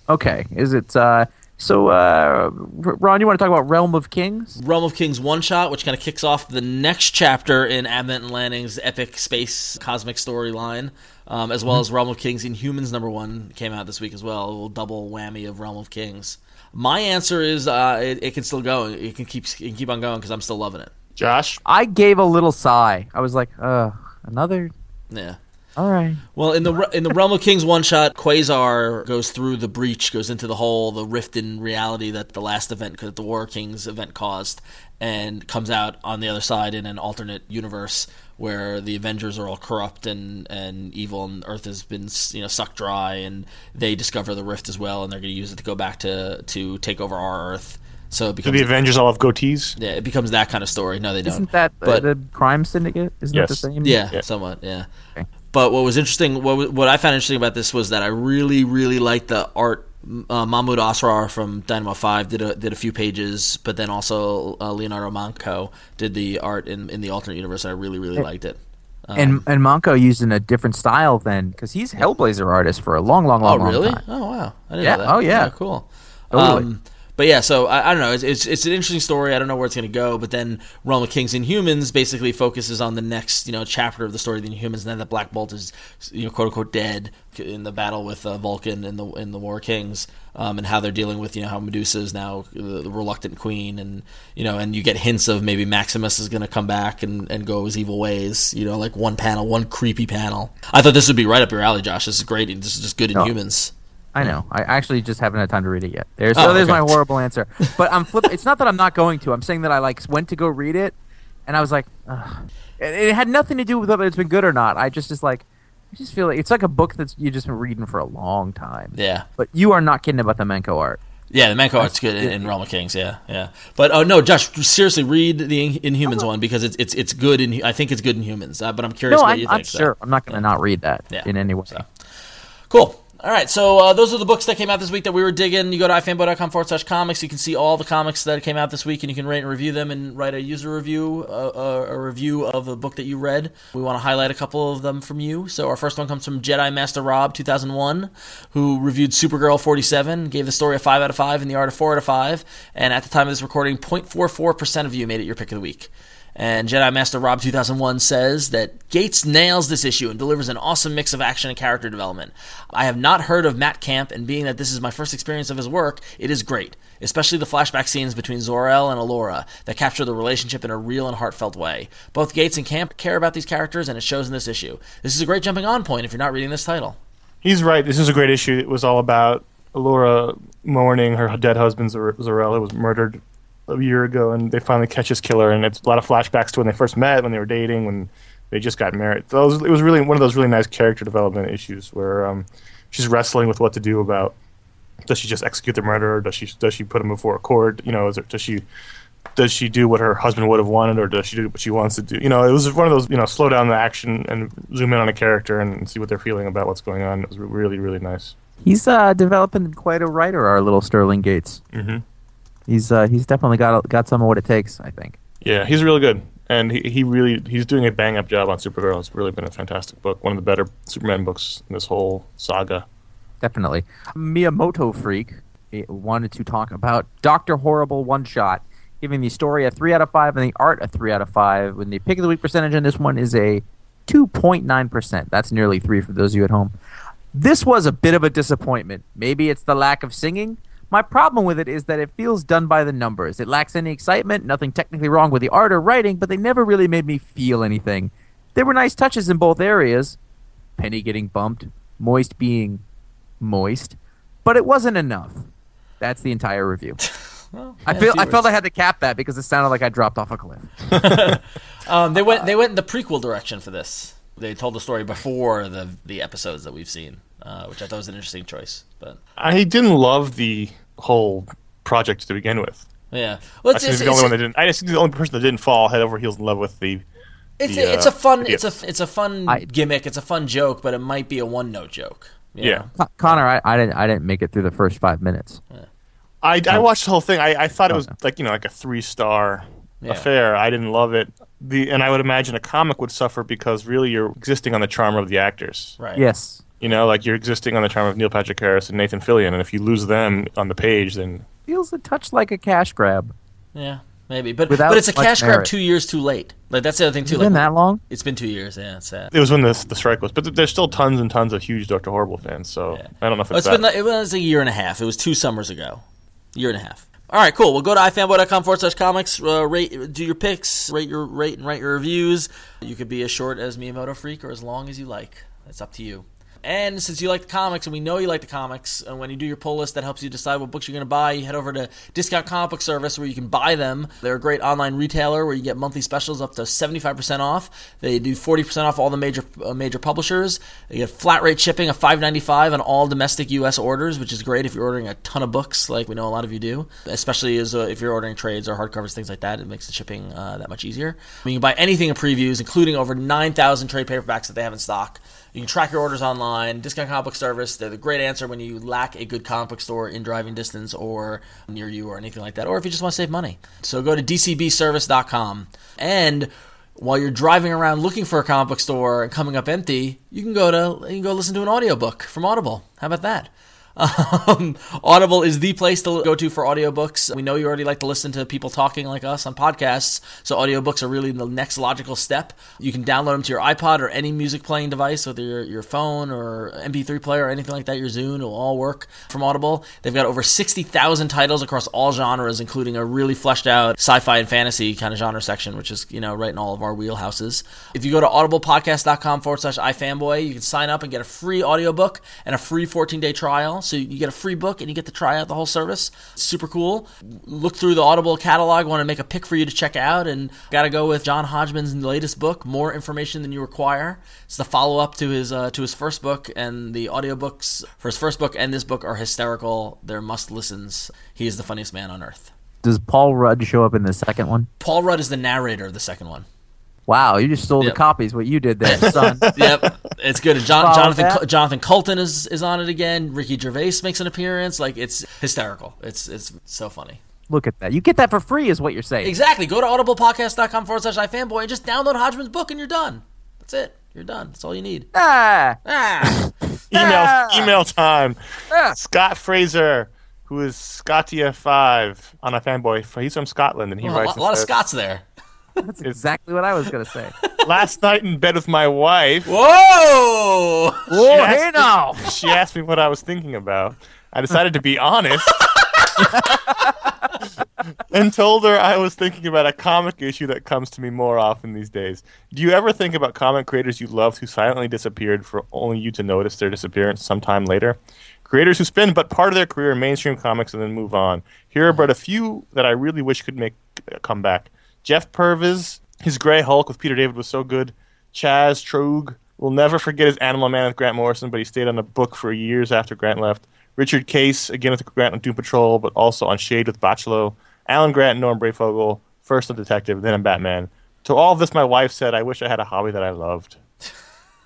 Okay. Is it uh, so? Uh, R- Ron, you want to talk about Realm of Kings?
Realm of Kings one shot, which kind of kicks off the next chapter in Advent and Landing's epic space cosmic storyline, um, as well as Realm of Kings Inhumans number one came out this week as well. A little double whammy of Realm of Kings. My answer is uh, it, it can still go. It can keep it can keep on going because I'm still loving it.
Josh,
I gave a little sigh. I was like, uh, another.
Yeah.
All right.
Well, in the re- in the Realm of Kings one shot, Quasar goes through the breach, goes into the hole, the rift in reality that the last event, that the War of Kings event caused, and comes out on the other side in an alternate universe where the Avengers are all corrupt and, and evil, and Earth has been you know sucked dry, and they discover the rift as well, and they're going to use it to go back to to take over our Earth. So it
do the
becomes
Avengers all have goatees?
yeah, it becomes that kind of story. No, they don't.
Isn't that uh,
But-
the crime syndicate? Isn't that
Yes.
the same?
Yeah, somewhat. Yeah. But what was interesting, what wa- what I found interesting about this was that I really, really liked the art. Uh, Mahmoud Asrar from Dynamo Five did a, did a few pages, but then also uh, Leonardo Manco did the art in, in the alternate universe, and I really, really liked it. Oh.
And and Monko using a different style then, because he's Hellblazer artist for a long, long,
Oh,
long, long
really?
time.
Oh, wow. I didn't
Yeah.
know that.
Oh, yeah.
cool.
Totally.
Um, but yeah, so I, I don't know. It's, it's it's an interesting story. I don't know where it's going to go. But then Realm of Kings and Humans basically focuses on the next you know chapter of the story of the Inhumans, and then the Black Bolt is you know quote unquote dead in the battle with uh, Vulcan in the in the War of Kings, um, and how they're dealing with you know how Medusa is now uh, the, the reluctant queen, and you know and you get hints of maybe Maximus is going to come back and, and go his evil ways. You know, like one panel, one creepy panel. I thought this would be right up your alley, Josh. This is great. This is just good Inhumans.
I know. I actually just haven't had time to read it yet. There's, so there's
Oh, okay.
my horrible answer. But I'm flip. it's not that I'm not going to. I'm saying that I like went to go read it, and I was like, Ugh. And it had nothing to do with whether it's been good or not. I just is like, I just feel like it's like a book that's you just been reading for a long time.
Yeah.
But you are not kidding about the Menko art.
Yeah, the Manco art's good in, in Realm of Kings. Yeah, yeah. But oh no, Josh, seriously, read the In- Inhumans one because it's it's it's good. In, I think it's good in humans. Uh, but I'm curious
Oh. No,
what
I'm,
you
I'm
think. so.
sure. I'm not going to not read that
Yeah.
in any way.
Cool. All right, so uh, those are the books that came out this week that we were digging. You go to ifanboy.com forward slash comics. You can see all the comics that came out this week, and you can rate and review them and write a user review, uh, uh, a review of the book that you read. We want to highlight a couple of them from you. So our first one comes from Jedi Master Rob 2001, who reviewed Supergirl 47, gave the story a 5 out of 5 and the art a 4 out of 5. And at the time of this recording, 0.44% of you made it your pick of the week. And Jedi Master Rob 2001 says that Gates nails this issue and delivers an awesome mix of action and character development. I have not heard of Matt Camp, and being that this is my first experience of his work, it is great, especially the flashback scenes between Zor-El and Alora that capture the relationship in a real and heartfelt way. Both Gates and Camp care about these characters, and it shows in this issue. This is a great jumping on point if you're not reading this title.
He's right. This is a great issue. It was all about Laura mourning her dead husband Zor- Zorel, who was murdered a year ago, and they finally catch his killer. And it's a lot of flashbacks to when they first met, when they were dating, when they just got married. So it was, it was really one of those really nice character development issues where um, she's wrestling with what to do about does she just execute the murderer? Does she does she put him before a court? You know, is there, does she does she do what her husband would have wanted, or does she do what she wants to do? You know, it was one of those you know slow down the action and zoom in on a character and see what they're feeling about what's going on. It was really really nice.
He's uh, developing quite a writer, our little Sterling Gates. Mm-hmm. He's uh, he's definitely got got some of what it takes. I think.
Yeah, he's really good. and he, he really he's doing a bang up job on Supergirl. It's really been a fantastic book, one of the better Superman books in this whole saga.
Definitely. Miyamoto Freak eh, wanted to talk about Dr. Horrible One Shot, giving the story a 3 out of 5 and the art a 3 out of 5. When the pick of the week percentage on this one is a 2.9%. That's nearly 3 for those of you at home. This was a bit of a disappointment. Maybe it's the lack of singing. My problem with it is that it feels done by the numbers. It lacks any excitement, nothing technically wrong with the art or writing, but they never really made me feel anything. There were nice touches in both areas, Penny getting bumped, Moist being moist, but it wasn't enough. That's the entire review. I feel I felt I had to cap that because it sounded like I dropped off a cliff.
Um, they went they went in the prequel direction for this. They told the story before the the episodes that we've seen, uh, which I thought was an interesting choice. But
I didn't love the whole project to begin with.
yeah, well,
I think he's the only one that didn't. I just think the only person that didn't fall head over heels in love with the.
it's,
the,
it's
uh,
a fun
idea.
it's a it's a fun
I-
gimmick. It's a fun joke, but it might be a one note joke. you
Yeah,
know?
Con- Connor, I, I didn't I didn't make it through the first five minutes.
I,
Oh.
I watched the whole thing. I, I thought it was like you know like a three star
Yeah.
affair. I didn't love it. The and I would imagine a comic would suffer because really you're existing on the charm of the actors.
right.
Yes.
You know, like you're existing on the charm of Neil Patrick Harris and Nathan Fillion, and if you lose them on the page, then
Feels a touch like a cash grab.
Yeah, maybe. But
Without
but it's a
much
cash grab
merit.
two years too late. Like that's the other thing too.
It's been
like,
that long?
It's been two years. Yeah, it's sad.
it was when the the strike was. But th- there's still tons and tons of huge Doctor Horrible fans. So I don't know if it's,
It's
that.
been like, it was a year and a half. It was two summers ago. Year and a half. All right, cool. Well, go to ifanboy.com forward slash comics. Uh, rate, do your picks, rate your rate and write your reviews. You could be as short as Miyamoto Freak or as long as you like. It's up to you. And since you like the comics, and we know you like the comics, and when you do your pull list, that helps you decide what books you're going to buy. You head over to Discount Comic Book Service where you can buy them. They're a great online retailer where you get monthly specials up to 75% off. They do 40% off all the major uh, major publishers. They get flat rate shipping of $5.95 on all domestic U.S. orders, which is great if you're ordering a ton of books, like we know a lot of you do. Especially as uh, if you're ordering trades or hardcovers, things like that, it makes the shipping uh, that much easier. You can buy anything in previews, including over 9,000 trade paperbacks that they have in stock. You can track your orders online. Discount Comic Book Service, they're the great answer when you lack a good comic book store in driving distance or near you or anything like that, or if you just want to save money. So go to dcbservice.com. And while you're driving around looking for a comic book store and coming up empty, you can go to you can go listen to an audiobook from Audible. How about that? Um, Audible is the place to go to for audiobooks. We know you already like to listen to people talking like us on podcasts, so audiobooks are really the next logical step. You can download them to your iPod or any music playing device, whether your, your phone or MP3 player or anything like that, your Zune, it'll all work from Audible. They've got over 60,000 titles across all genres, including a really fleshed out sci fi and fantasy kind of genre section, which is, you know, right in all of our wheelhouses. If you go to audiblepodcast.com forward slash ifanboy, you can sign up and get a free audiobook and a free 14 day trial. So you get a free book and you get to try out the whole service. Super cool. Look through the Audible catalog, want to make a pick for you to check out, and got to go with John Hodgman's latest book, More Information Than You Require. It's the follow up to his uh, to his first book, and the audiobooks for his first book and this book are hysterical. They're must listens. He is the funniest man on earth.
Does Paul Rudd show up in the second one?
Paul Rudd is the narrator of the second one.
Wow, you just stole
Yep.
the copies, what you did there, son.
yep, it's good. And John,
Follow
Jonathan
that.
Jonathan Colton is is on it again. Ricky Gervais makes an appearance. Like it's hysterical. It's it's so funny.
Look at that. You get that for free is what you're saying.
Exactly. Go to audiblepodcast.com forward slash ifanboy and just download Hodgman's book and you're done. That's it. You're done. That's all you need.
Ah,
Ah,
email email time.
ah,
Scott Fraser, who is Scottia Five on a fanboy. He's from Scotland, and he
a
writes
lot, lot of
and says,
Scots there.
that's exactly what I was going to say.
Last night in bed with my wife,
Whoa!
Whoa,
Yes.
hey now.
she asked me what I was thinking about. I decided to be honest. and told her I was thinking about a comic issue that comes to me more often these days. Do you ever think about comic creators you loved who silently disappeared for only you to notice their disappearance sometime later? Creators who spend but part of their career in mainstream comics and then move on. Here are but a few that I really wish could make a comeback. uh, Jeff Purvis, his Grey Hulk with Peter David was so good. Chaz Troog, we'll never forget his Animal Man with Grant Morrison, but he stayed on the book for years after Grant left. Richard Case, again with Grant on Doom Patrol, but also on Shade with Bachelo. Alan Grant and Norm Brayfogle, first a detective, then a Batman. To all of this, my wife said, I wish I had a hobby that I loved.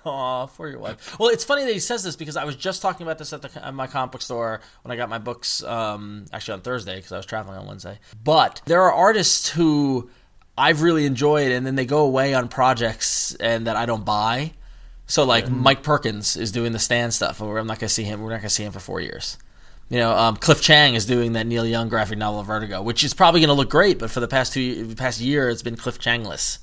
Aw, for your wife. Well, it's funny that he says this because I was just talking about this at, the, at my comic book store when I got my books, um, actually on Thursday because I was traveling on Wednesday. But there are artists who I've really enjoyed, and then they go away on projects and that I don't buy. So like Mike Perkins is doing the stand stuff, and I'm not gonna see him. We're not gonna see him for four years. You know, um, Cliff Chang is doing that Neil Young graphic novel Vertigo, which is probably gonna look great, but for the past two the past year, it's been Cliff Changless.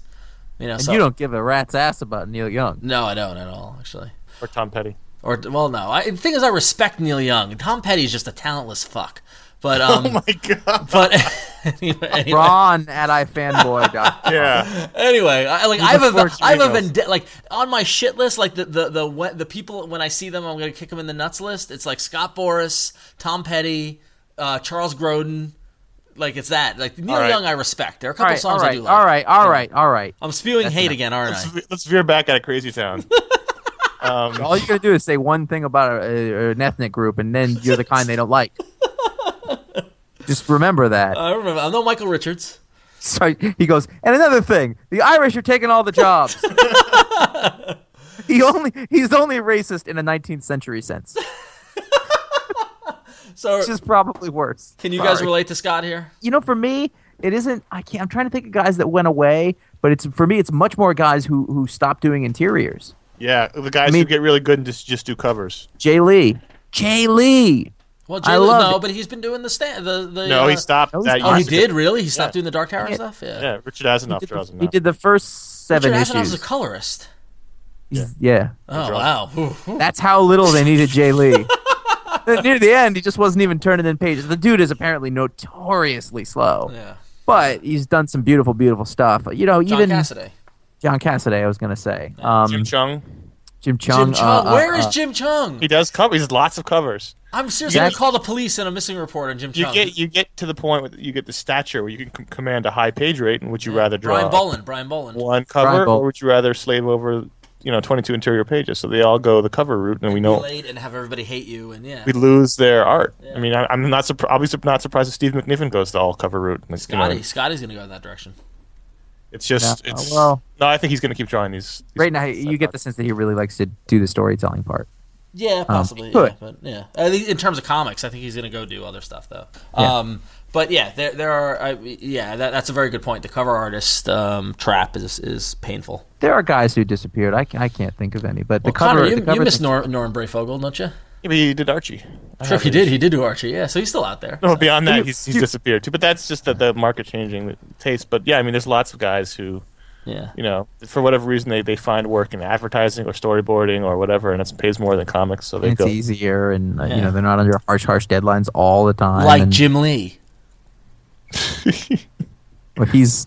You know,
And
so
you don't give a rat's ass about Neil Young.
no, I don't at all actually.
or Tom Petty.
Or well, no. I, the thing is, I respect Neil Young. Tom Petty's just a talentless fuck. But um,
Oh My God.
but anyway, anyway.
Ron at ifanboy.com.
Yeah.
Anyway, I, like I have a,
forged
I have a
emails.
vendetta. Like on my shit list, like the the the we- the people when I see them, I'm gonna kick them in the nuts list. It's like Scott Boris, Tom Petty, uh, Charles Grodin. Like it's that. Like Neil
All right.
Young, I respect. There are a
All
couple
right, all
songs I
right,
do like.
all right, all right, all right.
I'm spewing hate again, aren't I?
Let's, let's veer back out of Crazy Town. um,
All you gotta do is say one thing about a, a, an ethnic group, and then you're the kind they don't like. Just remember that.
I remember. I know Michael Richards.
So he goes, and another thing, the Irish are taking all the jobs. he only he's only racist in a 19th century sense,
So
which is probably worse.
can you guys
Sorry.
relate to Scott here?
You know, for me, it isn't. I can't. I'm trying to think of guys that went away, but it's for me, it's much more guys who who stopped doing interiors.
yeah, the guys
mean-
who get really good and just, just do covers.
Jay Lee, Jay Lee.
Well,
I
Jalen,
love
no,
it.
but he's been doing the stand. The, the
No,
uh,
he stopped
no, he's
that
not.
Oh, he
years ago.
did really. He stopped doing the Dark Tower stuff. Yeah.
Yeah, Richard Asenov
He did
draws
the-
him
he
out.
did the first
Richard
seven
Asenof's a
issues.
colorist.
He's- yeah.
Oh wow. Ooh, ooh.
That's how little they needed Jay Lee. And Near the end, he just wasn't even turning in pages. The dude is apparently notoriously slow,
Yeah.
but he's done some beautiful, beautiful stuff. You know,
John
even
Cassidy.
John Cassidy, I was going to say. Um,
Jim
Jim,
Chung.
Chung. uh,
Jim Chung. uh, Where is Jim Chung?
He does cover. He does lots of covers.
I'm seriously
Jack-
gonna call the police on a missing report on Jim
You
Chung.
get you get to the point where you get the stature where you can com- command a high page rate, and would you rather draw
Brian Boland. Brian Boland.
Brian
one cover,
Bol-
or would you rather slave over you know twenty two interior pages? So they all go the cover route, and we know
Late and have everybody hate you and yeah.
we lose their art. I mean, I, I'm not surprised. I'll be surp- not surprised if Steve McNiven goes the all cover route. Like, you know,
Scotty. Scotty's gonna go in that direction.
it's just
Yeah,
it's
well-
no. I think he's going to keep drawing these. these
Right now, you get the sense that he really likes to do the storytelling part.
Yeah, possibly. yeah,
good.
but yeah, I think in terms of comics, I think he's gonna go do other stuff though.
Yeah.
Um, but yeah, there there are I, yeah that, that's a very good point. The cover artist um, trap is is painful.
There are guys who disappeared. I, ca- I can't think of any, but the cover.
Connor, you,
the cover
you miss
thing-
Nor- Norm Brayfogle, don't you?
Yeah, but he did Archie. I
Sure,
have
he
it.
did. He did do Archie. Yeah, so he's still out there.
Oh.
No, beyond that,
you-
he's, he's
you-
disappeared too. But that's just that the market changing the taste. But yeah, I mean, there's lots of guys who,
Yeah.
you know, for whatever reason, they, they find work in advertising or storyboarding or whatever, and it pays more than comics. So they
It's
go.
easier, and uh, you
Yeah.
know they're not under harsh, harsh deadlines all the time.
Like
and,
Jim Lee.
but he's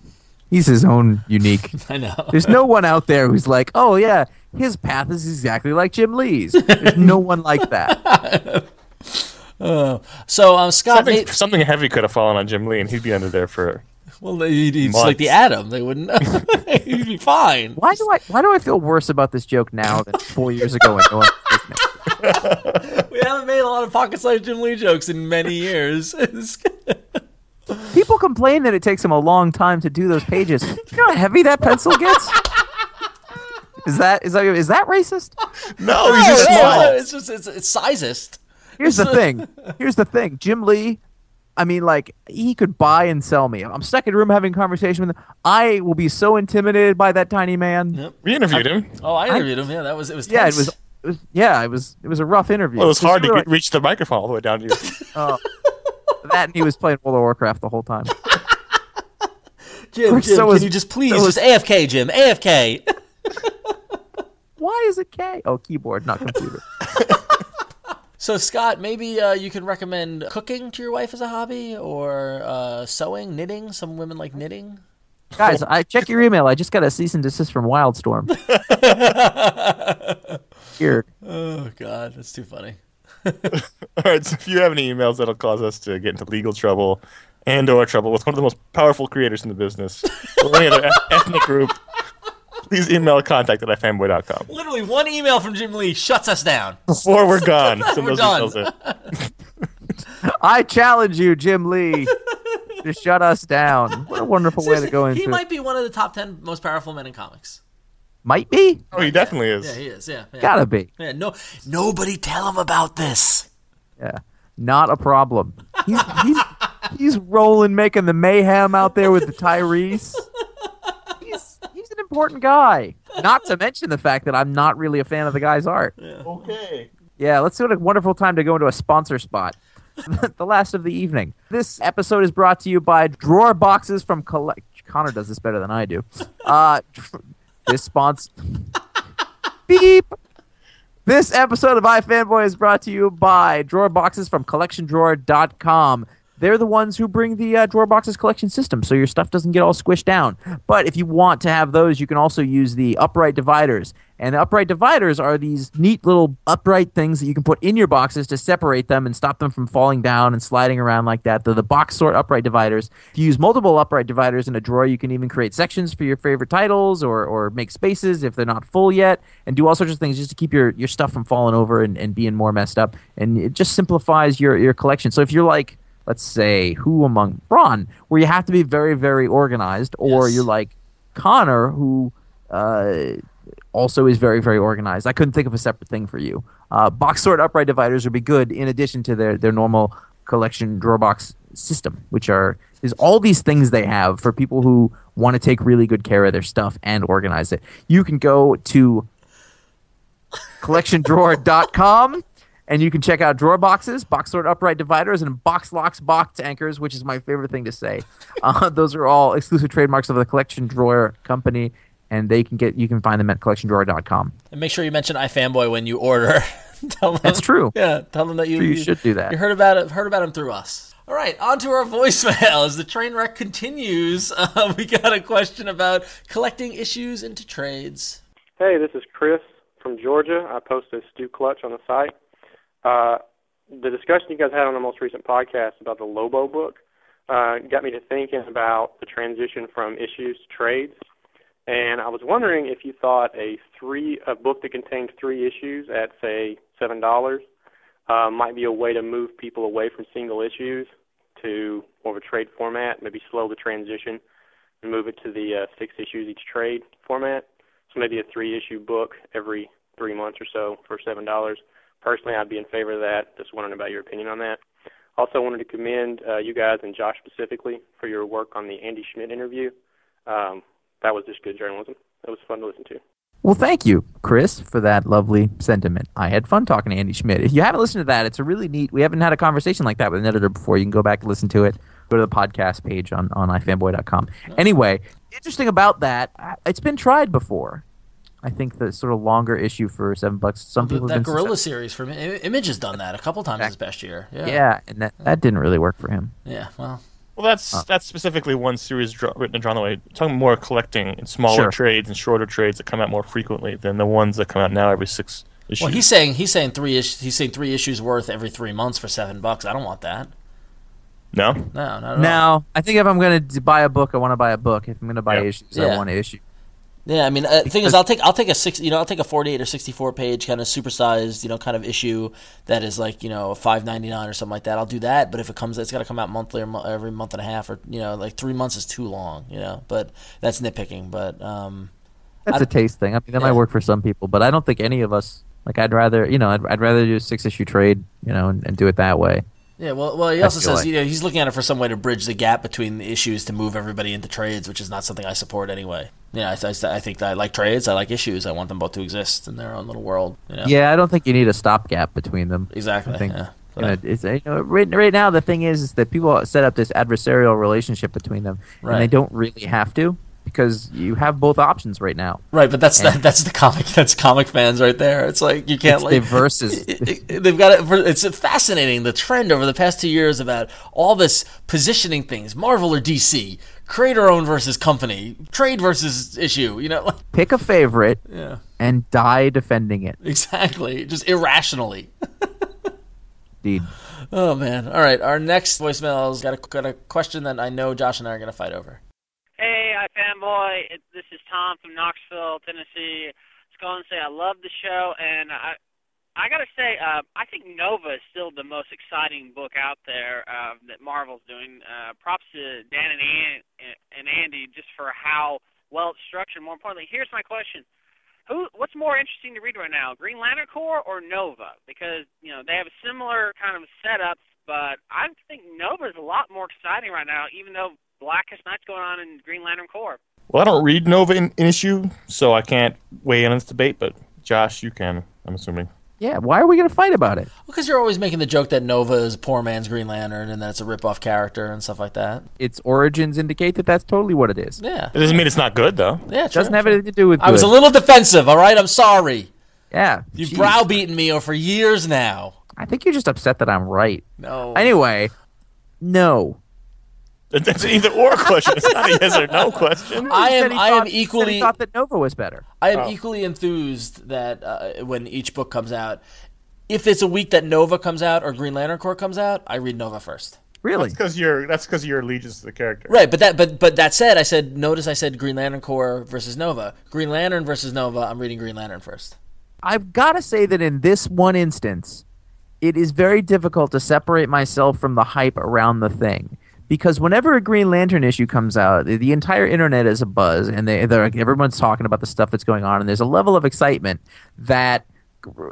he's his own unique
I know.
There's no one out there who's like, oh yeah, his path is exactly like Jim Lee's. There's no one like that.
So um, Scott,
Something,
made,
something heavy could have fallen on Jim Lee, and he'd be under there for.
well, he'd- he's
Months.
like the atom. They wouldn't. he'd be fine.
Why do I why do I feel worse about this joke now than four years ago when no one was listening?
We haven't made a lot of pocket-sized Jim Lee jokes in many years.
People complain that it takes him a long time to do those pages. You know how heavy that pencil gets? Is that is that is that racist?
No, he's just
Yeah,
small.
It's just it's, it's sizist.
Here's the thing. Here's the thing. Jim Lee, I mean, like he could buy and sell me. I'm stuck in a room having a conversation with him. I will be so intimidated by that tiny man.
We interviewed him.
Oh, I interviewed him. Yeah, that was it was.
yeah, it
tense.
was, it was. Yeah, it was. It was a rough interview.
Well, it was hard to
Because
get, reach the microphone all the way down to you.
we were- that, and he was playing World of Warcraft the whole time.
Jim. Jim
so
can
was-
you just please
so was-
just AFK, Jim? AFK.
Why is it K? Oh, keyboard, not computer.
so Scott, maybe uh, you can recommend cooking to your wife as a hobby, or uh, sewing, knitting. Some women like knitting.
Guys, I check your email. I just got a cease and desist from Wildstorm. Weird.
Oh God, that's too funny.
all right, so if you have any emails that'll cause us to get into legal trouble and or trouble with one of the most powerful creators in the business or any other eth- ethnic group, please email contact at fanboy.com.
Literally one email from Jim Lee shuts us down.
Before we're gone, send
We're
those
done.
emails in.
I challenge you, Jim Lee, to shut us down. What a wonderful way to go into
he
it.
might be one of the top ten most powerful men in comics.
Might be.
Oh, he definitely is.
Yeah, he is. Yeah, yeah.
Gotta be.
Yeah, no, nobody tell him about this.
Yeah. Not a problem. He's he's he's rolling, making the mayhem out there with the Tyrese. important guy. Not to mention the fact that I'm not really a fan of the guy's art.
Okay.
Yeah, let's do it a wonderful time to go into a sponsor spot. the last of the evening. This episode is brought to you by Drawer Boxes from Collect. Connor does this better than I do. Uh, dr- this sponsor. Beep. This episode of iFanboy is brought to you by Drawer Boxes from CollectionDrawer.com. They're the ones who bring the uh, Drawer Boxes collection system, so your stuff doesn't get all squished down. But if you want to have those, you can also use the upright dividers. And the upright dividers are these neat little upright things that you can put in your boxes to separate them and stop them from falling down and sliding around like that. They're the box sort upright dividers. If you use multiple upright dividers in a drawer, you can even create sections for your favorite titles or, or make spaces if they're not full yet and do all sorts of things just to keep your, your stuff from falling over and, and being more messed up. And it just simplifies your, your collection. So if you're like, let's say, who among Ron, where you have to be very, very organized, or
Yes.
you're like Connor, who. Uh, also is very very organized. I couldn't think of a separate thing for you. Uh, box sort upright dividers would be good in addition to their their normal collection drawer box system, which are is all these things they have for people who want to take really good care of their stuff and organize it. You can go to collectiondrawer.com and you can check out drawer boxes, box sort upright dividers, and box locks, box anchors, which is my favorite thing to say. Uh, those are all exclusive trademarks of the Collection Drawer Company, and they can get you can find them at collectiondrawer.com.
And make sure you mention iFanboy when you order. tell them,
That's true.
Yeah, tell them that you,
Sure, you should do that.
You heard about it. Heard about him through us. All right, on to our voicemail as the train wreck continues. Uh, we got a question about collecting issues into trades.
Hey, this is Chris from Georgia. I posted a Stu Clutch on the site. Uh, the discussion you guys had on the most recent podcast about the Lobo book uh, got me to thinking about the transition from issues to trades. And I was wondering if you thought a three a book that contained three issues at say seven dollars uh, might be a way to move people away from single issues to more of a trade format, maybe slow the transition and move it to the uh, six issues each trade format. So maybe a three issue book every three months or so for seven dollars. Personally, I'd be in favor of that. Just wondering about your opinion on that. Also, wanted to commend uh, you guys and Josh specifically for your work on the Andy Schmidt interview. Um, that was just good journalism. It was fun to listen to.
Well, thank you, Chris, for that lovely sentiment. I had fun talking to Andy Schmidt. If you haven't listened to that, it's a really neat. We haven't had a conversation like that with an editor before. You can go back and listen to it. Go to the podcast page on on ifanboy.com. Anyway, interesting about that. I- It's been tried before. I think the sort of longer issue for seven bucks. Some people have
that
been
Gorilla
successful-
series from I- Image has done that a couple times this past year. Yeah,
Yeah, and that, that didn't really work for him.
Yeah, Well,
Well, that's that's specifically one series draw, written and drawn away. Talking more collecting in smaller
Sure.
trades and shorter trades that come out more frequently than the ones that come out now every six issues.
well, he's saying he's saying three issues. He's saying three issues worth every three months for seven bucks. I don't want that.
no,
No, not at all.
Now, I think if I'm going to buy a book, I want to buy a book. If I'm going to buy
Yeah.
issues,
Yeah.
I want to issue.
Yeah, I mean, uh, the thing is, I'll take I'll take a six, you know, I'll take a forty-eight or sixty-four page kind of supersized, you know, kind of issue that is like you know five ninety-nine or something like that. I'll do that, but if it comes, it's got to come out monthly or mo- every month and a half, or you know, like three months is too long, you know. But that's nitpicking. But um,
That's a taste thing. I mean, that might work for some people, but I don't think any of us like. I'd rather you know, I'd, I'd rather do a six issue trade, you know, and, and do it that way.
yeah, well, well, he also
feel
says
like-
you know he's looking at it for some way to bridge the gap between the issues to move everybody into trades, which is not something I support anyway. Yeah, I, I, I think that I like trades, I like issues, I want them both to exist in their own little world. You know?
Yeah, I don't think you need a stopgap between them.
Exactly,
I think.
yeah.
you know, it's, you know, right, right now, the thing is, is that people set up this adversarial relationship between them,
Right.
and they don't really have to because you have both options right now.
Right, but that's
And-
that, that's the comic that's comic fans right there. It's like you can't
It's
like
the versus.
It- it- they've got it. for- It's fascinating the trend over the past two years about all this positioning things: Marvel or DC, creator owned versus company, trade versus issue. You know, like,
Pick a favorite
yeah,
and die defending it.
exactly, just irrationally.
Indeed.
Oh man! All right, our next voicemail's got a got a question that I know Josh and I are gonna fight over.
Hey, I fanboy. It, this is Tom from Knoxville, Tennessee. Let's go and say I love the show, and I, I gotta say, uh, I think Nova is still the most exciting book out there uh, that Marvel's doing. Uh, props to Dan and, An- and Andy just for how well it's structured. More importantly, here's my question: Who, what's more interesting to read right now, Green Lantern Corps or Nova? Because you know they have a similar kind of setup, but I think Nova is a lot more exciting right now, even though Blackest Night's going on in Green Lantern Corps.
Well, I don't read Nova in, in issue, so I can't weigh in on this debate. But Josh, you can. I'm assuming.
Yeah, why are we going to fight about it?
Because you're always making the joke that Nova is poor man's Green Lantern and that it's a rip-off character and stuff like that.
Its origins indicate that that's totally what it is.
Yeah,
It doesn't mean it's not good though.
yeah. Sure.
Doesn't have anything to do with.
I was a
good.
little defensive. All right, I'm sorry.
Yeah,
You've
Jeez.
browbeaten me for years now.
I think you're just upset that I'm right.
No.
Anyway, no.
It's an either or question. It's not a yes or no question.
I
He said
am.
he
I
thought-
am
he said he
equally.
thought that Nova was better.
I
Oh.
am equally enthused that uh, when each book comes out, if it's a week that Nova comes out or Green Lantern Corps comes out, I read Nova first.
Really?
That's because you're. That's because you're allegiance to the character.
Right, but that but but that said, I said notice I said Green Lantern Corps versus Nova. Green Lantern versus Nova. I'm reading Green Lantern first.
I've got to say that in this one instance, it is very difficult to separate myself from the hype around the thing. Because whenever a Green Lantern issue comes out, the- the entire internet is a buzz, and they, they're like, everyone's talking about the stuff that's going on, and there's a level of excitement that,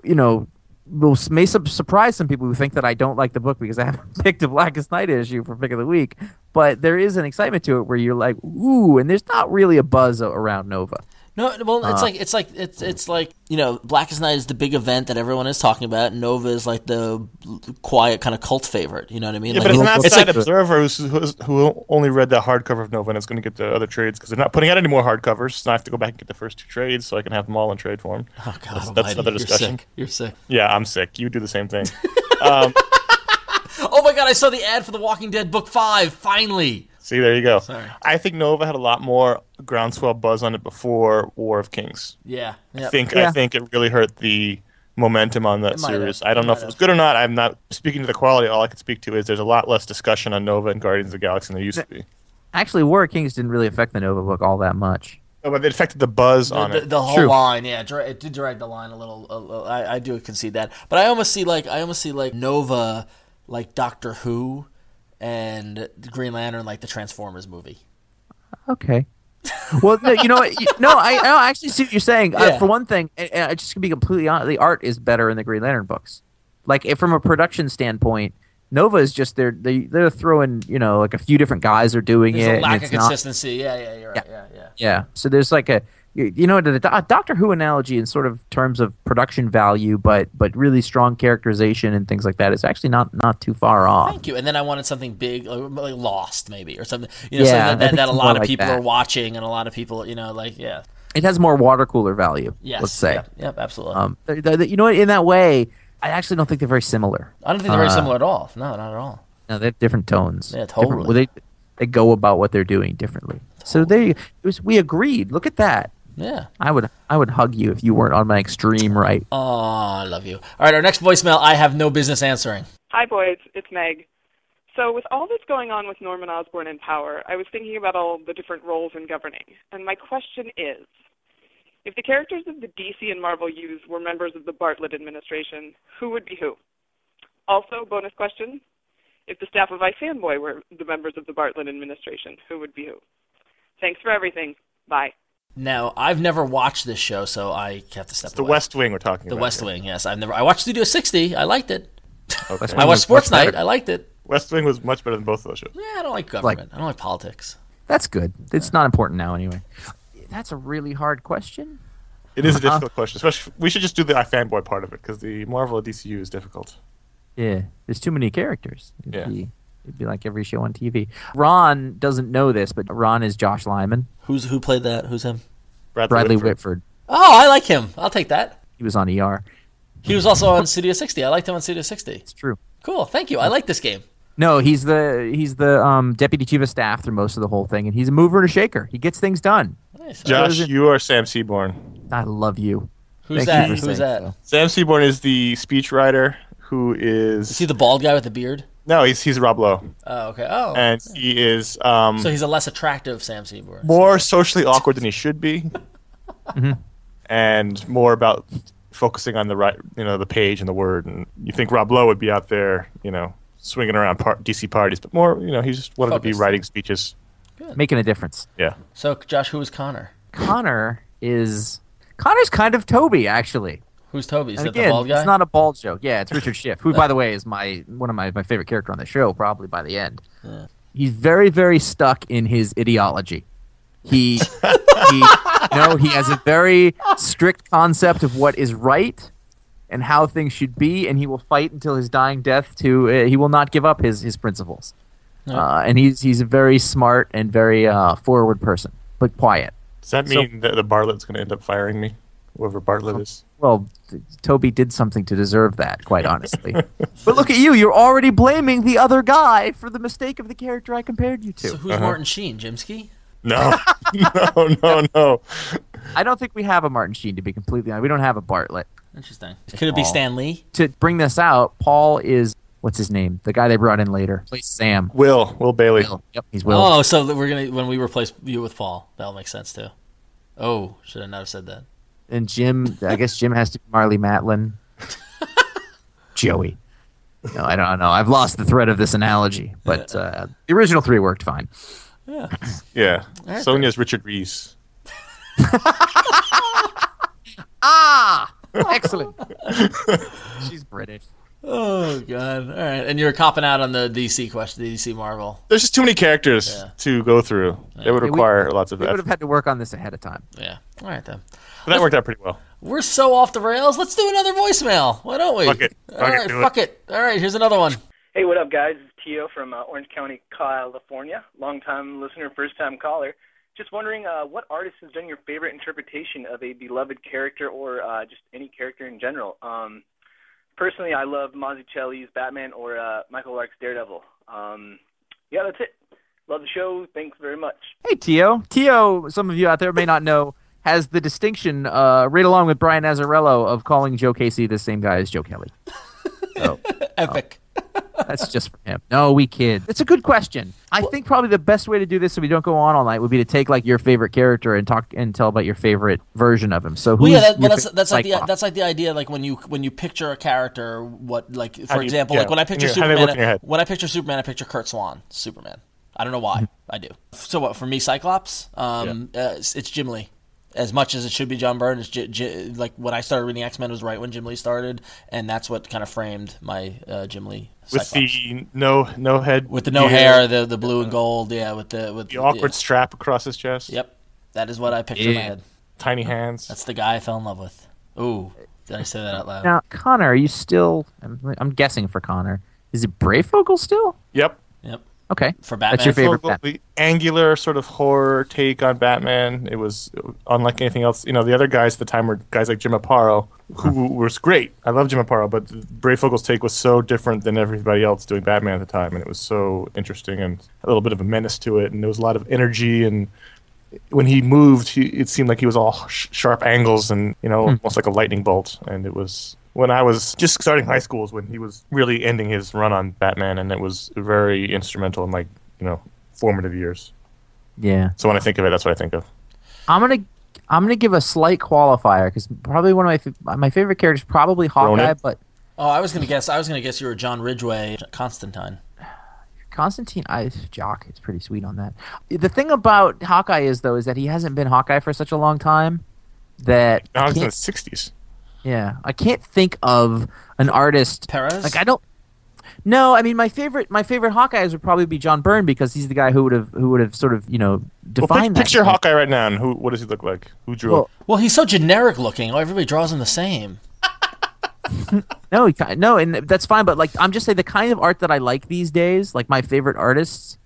you know, will may su- surprise some people who think that I don't like the book because I haven't picked a Blackest Night issue for pick of the week. But there is an excitement to it where you're like, ooh, and there's not really a buzz a- around Nova.
No, well,
Ah.
it's like it's like it's it's like you know, Blackest Night is the big event that everyone is talking about. and Nova is like the quiet kind of cult favorite. You know what I mean?
Yeah,
like,
but it's an
it's
outside
like
observer who's, who's, who only read the hardcover of Nova and is going to get the other trades because they're not putting out any more hardcovers. So I have to go back and get the first two trades so I can have them all in trade form.
oh god,
that's
almighty,
another discussion.
You're sick. You're sick.
Yeah, I'm sick. You do the same thing.
Oh my god, I saw the ad for The Walking Dead book five. Finally,
See, there you go.
Sorry.
I think Nova had a lot more groundswell buzz on it before War of Kings.
yeah.
I
yeah.
think
Yeah.
I think it really hurt the momentum on that
might
series.
have.
I don't
It
know if
might
it was
have.
good or not. I'm not speaking to the quality. All I can speak to is there's a lot less discussion on Nova and Guardians of the Galaxy than there used to be.
Actually, War of Kings didn't really affect the Nova book all that much.
Oh, but it affected the buzz on
the,
it.
the whole
True.
line, yeah, dra- it did drag the line a little. A, little- I, I do concede that, but I almost see like I almost see like Nova, like Doctor Who, and Green Lantern, like the Transformers movie.
Okay. Well, no, you know what? You- no, I, no, I actually see what you're saying.
Yeah.
Uh, for one thing, and, and I just can be completely honest. The art is better in the Green Lantern books. Like, if, from a production standpoint, Nova is just they're they, they're throwing you know like a few different guys are doing
There's
it.
a lack of
and it's not,
consistency. Yeah, yeah, you're right. Yeah, yeah.
yeah. So there's like a you you know the Do- Doctor Who analogy in sort of terms of production value, but but really strong characterization and things like that is actually not not too far off.
Thank you. And then I wanted something big, like, like Lost, maybe, or something. You know,
Yeah,
something
I
that, that,
think
that a
it's
lot
more
of
like
people
that.
are watching, and a lot of people, you know, like yeah,
It has more water cooler value.
yes,
let's say.
yep, yep, absolutely.
Um, they're- they're- you know what? In that way, I actually don't think they're very similar.
I don't think they're very
uh,
similar at all. No, not at all.
No, they have different tones.
Yeah,
Different-
totally.
well, they they go about what they're doing differently. So there, you, it was, we agreed. Look at that.
Yeah.
I would I would hug you if you weren't on my extreme right.
Oh, I love you. All right, our next voicemail. I have no business answering.
Hi, boys. It's Meg. So, with all that's going on with Norman Osborn in power, I was thinking about all the different roles in governing. And my question is if the characters of the DC and Marvel use were members of the Bartlett administration, who would be who? Also, bonus question if the staff of iFanboy were the members of the Bartlett administration, who would be who? Thanks for everything. Bye.
Now, I've never watched this show, so I have to step
The
away.
West Wing we're talking
The
about.
West
here.
Wing. Yes, I've never. I watched Studio 60. I liked it.
That's
I
why
watched
you look
Sports
much
Night.
better.
I liked it.
West Wing was much better than both of those shows.
Yeah, I don't like government. I don't like politics.
That's good. It's not important now anyway. That's a really hard question.
It is a difficult question. Especially, we should just do the iFanboy part of it because the Marvel at DCU is difficult.
Yeah, there's too many characters. It'd
Yeah.
Be, It'd be like every show on TV. Ron doesn't know this, but Ron is Josh Lyman.
Who's who played that? Who's him?
Bradley Whitford.
Oh, I like him. I'll take that.
He was on ER.
He was also on Studio 60. I liked him on Studio 60.
It's true.
Cool. Thank you. I like this game.
No, he's the he's the um, deputy chief of staff through most of the whole thing, and he's a mover and a shaker. He gets things done.
Nice.
Josh,
Doesn't-
you are Sam Seaborn.
I love you.
Who's
Thank you
that?
for
Who's that?
saying so.
Sam Seaborn is the speechwriter who is
Is he the bald guy with the beard?
no, he's he's Rob Lowe,
Oh, okay. Oh,
and he is um,
so he's a less attractive Sam Seaborn.
more socially awkward than he should be, and more about focusing on the right, you know, the page and the word. And you think Rob Lowe would be out there, you know, swinging around par- DC parties, but more, you know, he just wanted to be
Focused.
writing speeches.
Making a difference.
Yeah,
So, Josh, who is Connor?
Connor is Connor's kind of Toby, actually.
Who's Toby? Is
And
that
again,
the bald guy?
it's not a bald joke. Yeah, it's Richard Schiff, who, by the way, is my one of my, my favorite character on the show, probably by the end. He's very, very stuck in his ideology. He, he, no, he has a very strict concept of what is right and how things should be, and he will fight until his dying death. To uh, he will not give up his his principles, uh, and he's he's a very smart and very uh, forward person, but quiet.
Does that mean that the Bartlett's going to end up firing me? Whoever Bartlett is.
Well, th- Toby did something to deserve that, quite honestly. but look at you, you're already blaming the other guy for the mistake of the character I compared you to.
So who's Martin Sheen? Jimsky?
No, no, Oh, no, no.
I don't think we have a Martin Sheen, to be completely honest. We don't have a Bartlett.
Interesting. Could it be
Paul.
Stan Lee?
To bring this out, Paul is, what's his name? The guy they brought in later. Plays Sam.
Will Will Bailey.
Will. Yep, he's Will.
Oh, so that we're gonna when we replace you with Paul, that'll make sense too. Oh, should I not have said that?
And Jim, I guess Jim has to be Marley Matlin. Joey. No, I don't know. I've lost the thread of this analogy, but uh, the original three worked fine.
Yeah. Sonia's Richard Reese.
Excellent. She's British.
Oh god. All right. And you're copping out on the DC question, the DC Marvel.
There's just too many characters to go through. It
Yeah,
would
we-
require lots of
We would
effort.
have had to work on this ahead of time.
Yeah. All right then.
But that worked out pretty well.
We're so off the rails. Let's do another voicemail. Why don't we?
Fuck it.
All
Fuck it,
right,
do it.
fuck it. All right. Here's another one.
Hey, what up, guys? It's Tio from uh, Orange County, California. Long-time listener, first-time caller. Just wondering, uh, what artist has done your favorite interpretation of a beloved character or uh, just any character in general? Um, personally, I love Mazzucchelli's Batman or uh, Michael Lark's Daredevil. Um, yeah, that's it. Love the show. Thanks very much.
Hey, Tio. Tio, some of you out there may not know, has the distinction, uh, right along with Brian Nazarello, of calling Joe Casey the same guy as Joe Kelly.
Oh.
Epic.
That's just for him. No, we kid. It's a good question. I think probably the best way to do this so we don't go on all night would be to take like your favorite character and talk and tell about your favorite version of him. So
Well,
who's
yeah, that, well,
your
that's
favorite
that's like the
Cyclops?
that's like the idea. Like when you when you picture a character, what like for
do you-
example,
yeah,
like when I
in
picture
your- how they
Superman,
look in your head.
when I picture Superman, I picture Kurt Swan, Superman. I don't know why
Mm-hmm.
I do. So what for me, Cyclops? Um, uh, it's, it's Jim Lee. As much as it should be John Byrne, it's J- J- like when I started reading X Men was right when Jim Lee started, and that's what kind of framed my uh, Jim Lee.
With
Cyclops.
the no no head.
with the no
yeah,
hair, the the blue and gold, yeah, with the with
The awkward
yeah.
strap across his chest.
Yep, that is what I picture in my
Yeah.
head.
Tiny hands.
That's the guy I fell in love with. Ooh, did I say that out loud?
Now, Connor, are you still? I'm, I'm guessing for Connor, is it Brayfogle still?
yep.
Yep.
Okay,
For
that's your
Batman.
favorite.
Well,
Batman.
the angular sort of horror take on Batman. It was unlike anything else. You know, the other guys at the time were guys like Jim Aparo, who was great. I love Jim Aparo, but Brayfogel's take was so different than everybody else doing Batman at the time, and it was so interesting and a little bit of a menace to it. And there was a lot of energy, and when he moved, he, it seemed like he was all sh- sharp angles and you know, almost like a lightning bolt. And it was when I was just starting high school is when he was really ending his run on Batman, and it was very instrumental in like you know formative years.
Yeah,
So when I think of it, that's what I think of.
I'm gonna. I'm gonna give a slight qualifier because probably one of my fa- my favorite characters probably Hawkeye,
Ronan?
but
Oh, I was gonna guess. I was gonna guess you were John Ridgway, Constantine.
Constantine I Jock is pretty sweet on that. The thing about Hawkeye is though is that he hasn't been Hawkeye for such a long time that
Now
I
it's in the
can't-
'60s.
yeah, I can't think of an artist
Perez?
Like I don't No, I mean my favorite my favorite Hawkeyes would probably be John Byrne because he's the guy who would have who would have sort of, you know,
Well,
defined
pic-
that.
picture Hawkeye right now, and who? What does he look like? Who drew
Well,
him?
Well, he's so generic looking. Oh, everybody draws him the same.
No, he kind no, and that's fine. But like, I'm just saying the kind of art that I like these days, like my favorite artists,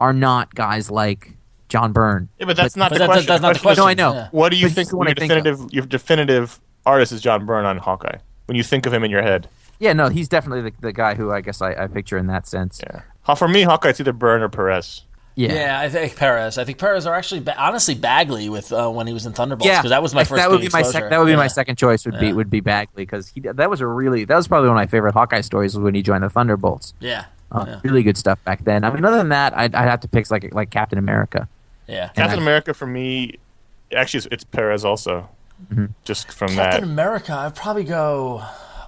are not guys like John Byrne.
Yeah, but that's not
But
the
that-
question.
that's not the
No,
question.
I know.
Yeah.
What do you
But
think?
he's the one
Your
I think of.
definitive, your definitive artist is John Byrne on Hawkeye. When you think of him in your head,
Yeah, no, he's definitely the, the guy who I guess I, I picture in that sense.
yeah. Ha- For me, Hawkeye, it's either Byrne or Perez.
Yeah.
Yeah, I think Perez. I think Perez are actually ba- honestly Bagley with uh, when he was in Thunderbolts because that was my
like,
first.
That would
big
be my
exposure.
sec- that would be
Yeah.
my second choice. Would be would be Bagley because he that was a really that was probably one of my favorite Hawkeye stories was when he joined the Thunderbolts.
Yeah,
Uh,
yeah,
Really good stuff back then. I mean, other than that, I'd, I'd have to pick like like Captain America.
yeah.
And
Captain
I-
America for me, actually, it's, it's Perez also. Just from
Captain
that,
America. I'd probably go.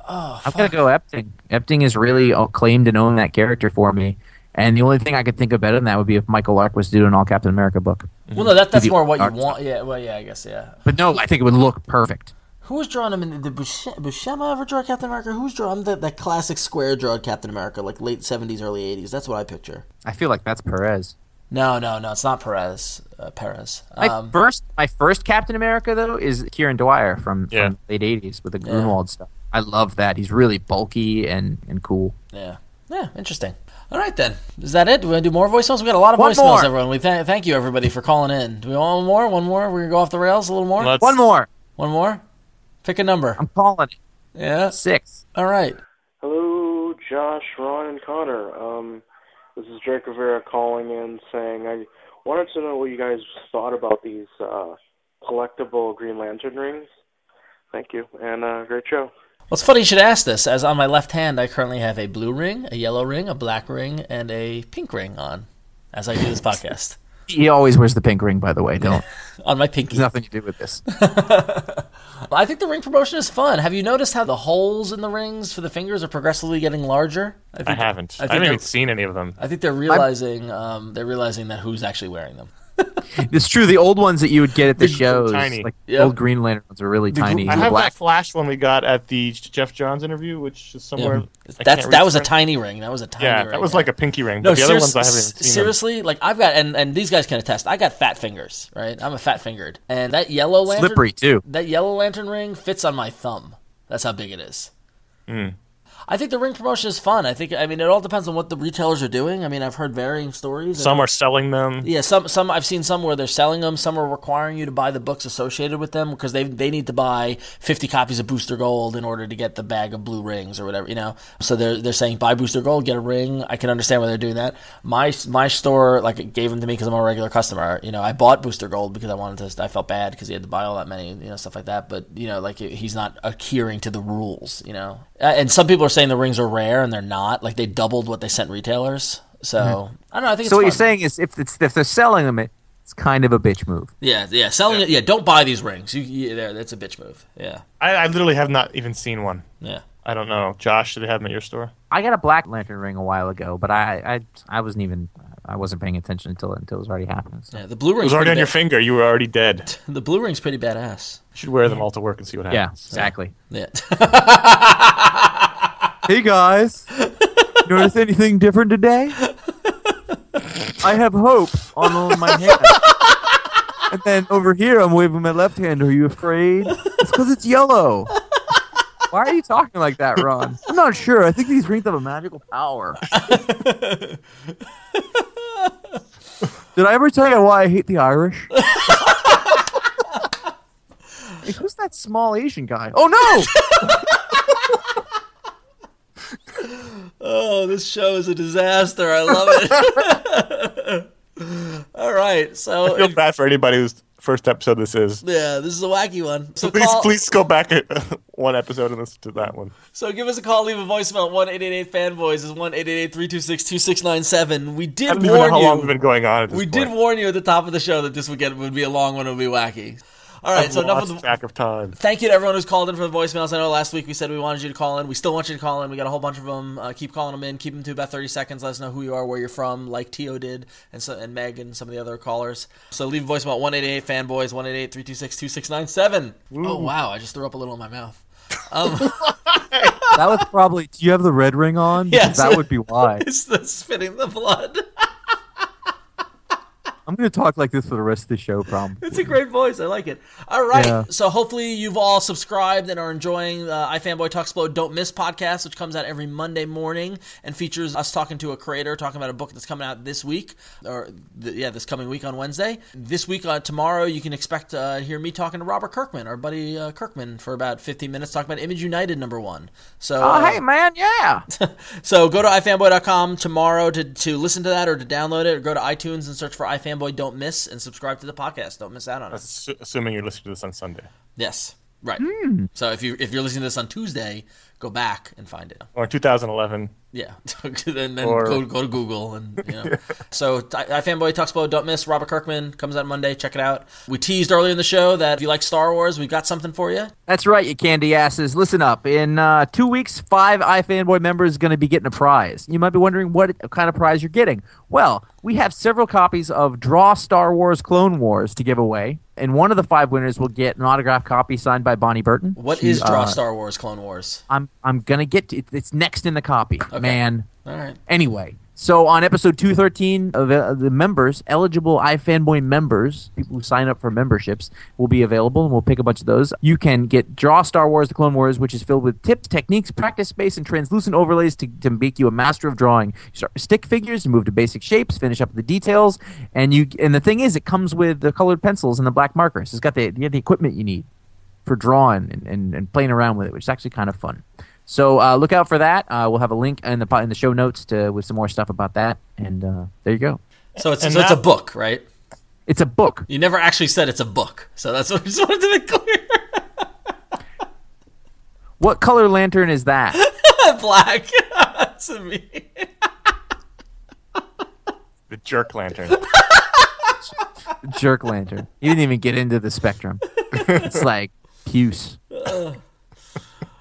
I'm gonna go Epting. Epting is really uh, claimed and owned that character for me. And the only thing I could think of better than that would be if Michael Lark was to do an All Captain America book.
Well, no, that, that's
Mm-hmm. Maybe
more what you
Armstrong.
want. Yeah, well, yeah, I guess, yeah.
But no, I think it would look perfect.
Who was drawing him in the Buscema, Buscema ever draw Captain America? Who's drawing that that classic square drawn Captain America, like late seventies, early eighties? That's what I picture.
I feel like that's Perez.
No, no, no. It's not Perez. Uh, Perez.
My
Um,
first, my first Captain America though is Kieran Dwyer from,
Yeah.
from the late '80s with the Grunwald stuff. I love that. He's really bulky and and cool.
yeah. Yeah. Interesting. All right then. Is that it? Do we want to do more voicemails? We got a lot of
One
voicemails,
more.
everyone. We th- thank you everybody for calling in. Do we want one more? One more? We're gonna go off the rails a little more.
Let's-
One more.
One more. Pick a number.
I'm calling it
Yeah.
six.
All right.
Hello, Josh, Ron, and Connor. Um, this is Drake Rivera calling in saying I wanted to know what you guys thought about these uh, collectible Green Lantern rings. Thank you, and uh, great show.
Well, it's funny you should ask this, as on my left hand, I currently have a blue ring, a yellow ring, a black ring, and a pink ring on as I do this podcast
He always wears the pink ring, by the way. Don't.
on my pinky.
There's nothing to do with this.
I think the ring promotion is fun. Have you noticed how the holes in the rings for the fingers are progressively getting larger? think,
I haven't. I,
think
haven't
they're-
even seen any of them.
I think they're realizing um, they're realizing that who's actually wearing them.
It's true. The old ones that you would get at the shows,
tiny.
like
Yep.
old Green Lantern ones, are really tiny.
I have
black.
that Flash one we got at the J- Jeff Johns interview, which is somewhere. I can't
That's
read
that was a
the-
tiny ring. That was a tiny
Yeah,
ring.
that was like a pinky ring.
No,
but the other
serious-
ones I haven't
s-
even seen. them.
seriously, like I've got, and, and these guys can attest. I got fat fingers, right? I'm a fat fingered, and that yellow lantern,
Slippery too.
That yellow lantern ring fits on my thumb. That's how big it is.
Hmm.
I think the ring promotion is fun. I think, I mean, it all depends on what the retailers are doing. I mean, I've heard varying stories. and-
Some are selling them.
Mm-hmm.
yeah, some some I've seen some where they're selling them. Some are requiring you to buy the books associated with them because they they need to buy fifty copies of Booster Gold in order to get the bag of blue rings or whatever you know. So they're they're saying buy Booster Gold, get a ring. I can understand why they're doing that. My my store like it gave them to me because I'm a regular customer. You know, I bought Booster Gold because I wanted to. I felt bad because he had to buy all that many you know stuff like that. But you know, like he's not adhering to the rules. You know, Uh, and some people are saying the rings are rare and they're not. Like they doubled what they sent retailers. So I don't know. I think it's
Mm-hmm. So what you're
fun.
saying is, if it's if they're selling them, it, it's kind of a bitch move.
Yeah, yeah, selling it. Yeah, don't buy these rings. You, you there, that's a bitch move. Yeah,
I, I literally have not even seen one.
yeah.
I don't know. Josh, do they have them at your store?
I got a Black Lantern ring a while ago, but I I, I wasn't even I wasn't paying attention until until it was already happening. So.
Yeah, the blue
It
ring's
was already on
pretty
your finger. You were already dead.
bad- The blue ring's pretty badass.
You should wear them all to work and see what
Yeah,
happens.
exactly.
Yeah,
Hey guys, notice anything different today? I have hope on all my hand. And then over here, I'm waving my left hand. Are you afraid? It's because it's yellow. Why are you talking like that, Ron? I'm not sure. I think these rings have a magical power. Did I ever tell you why I hate the Irish? Hey, who's that small Asian guy? Oh no!
Oh, this show is a disaster. I love it. All right, so
I feel bad for anybody whose first episode this is.
yeah, this is a wacky one. So
Please,
call,
please go back uh, one episode and listen to that one.
So give us a call. Leave a voicemail. One eight eight eight fanboys is one eight eight eight three two six two six nine seven. We
I
did
don't even know
warn
how long we've
you.
been going on. At this
We
point.
did warn you at the top of the show that this would get would be a long one. It would be wacky. All right,
I've
so enough of
lost
the
track of time.
Thank you to everyone who's called in for the voicemails. I know last week we said we wanted you to call in. We still want you to call in. We got a whole bunch of them. Uh, keep calling them in. Keep them to about 30 seconds. Let us know who you are, where you're from, like Tio did, and so, and Meg and some of the other callers. So leave a voicemail at 188 fanboys, 188 326 2697. Oh, wow. I just threw up a little in my mouth. Um,
That was probably. Do you have the red ring on?
Yes.
Because That would be why.
It's the spitting the blood.
I'm going to talk like this for the rest of the show, probably.
It's a great voice. I like it. All right.
Yeah.
So hopefully you've all subscribed and are enjoying uh, iFanboy Talksplode Don't Miss podcast, which comes out every Monday morning and features us talking to a creator, talking about a book that's coming out this week, or th- yeah, this coming week on Wednesday. This week, uh, tomorrow, you can expect uh, to hear me talking to Robert Kirkman, our buddy uh, Kirkman, for about 15 minutes talking about Image United number one. So
Oh,
uh,
hey, man, yeah.
so go to ifanboy.com tomorrow to, to listen to that or to download it, or go to iTunes and search for iFanboy Don't Miss and subscribe to the podcast. Don't miss out on it.
Assu- assuming you're listening to this on Sunday
Yes, right.
Hmm.
So if you if you're listening to this on Tuesday, go back and find it.
or 2011.
Yeah, then, then
Or-
go go to Google and you know. so I, I fanboy Tuxpo, don't miss Robert Kirkman comes out Monday. Check it out. We teased earlier in the show that if you like Star Wars, we've got something for you.
That's right, you candy asses. Listen up. In uh, two weeks, five iFanboy members are going to be getting a prize. You might be wondering what kind of prize you're getting. Well, we have several copies of Draw Star Wars Clone Wars to give away, and one of the five winners will get an autographed copy signed by Bonnie Burton.
What
She,
is Draw
uh,
Star Wars Clone Wars?
I'm I'm gonna get to, it, it's next in the copy, man.
All right.
Anyway, So on episode 213, of uh, the members, eligible iFanboy members, people who sign up for memberships, will be available, and we'll pick a bunch of those. You can get Draw Star Wars The Clone Wars, which is filled with tips, techniques, practice space, and translucent overlays to, to make you a master of drawing. You start with stick figures, you move to basic shapes, finish up with the details, and you. And the thing is, it comes with the colored pencils and the black markers. It's got the, you get the equipment you need for drawing and, and, and playing around with it, which is actually kind of fun. So uh, look out for that. Uh, we'll have a link in the po- in the show notes to with some more stuff about that. And uh, there you go.
So it's
And
so it's a
that-
book, right?
It's a book.
You never actually said it's a book, so that's what I just wanted to make clear.
What color lantern is that?
Black. that's me.
The jerk lantern.
Jerk lantern. You didn't even get into the spectrum. It's like puce.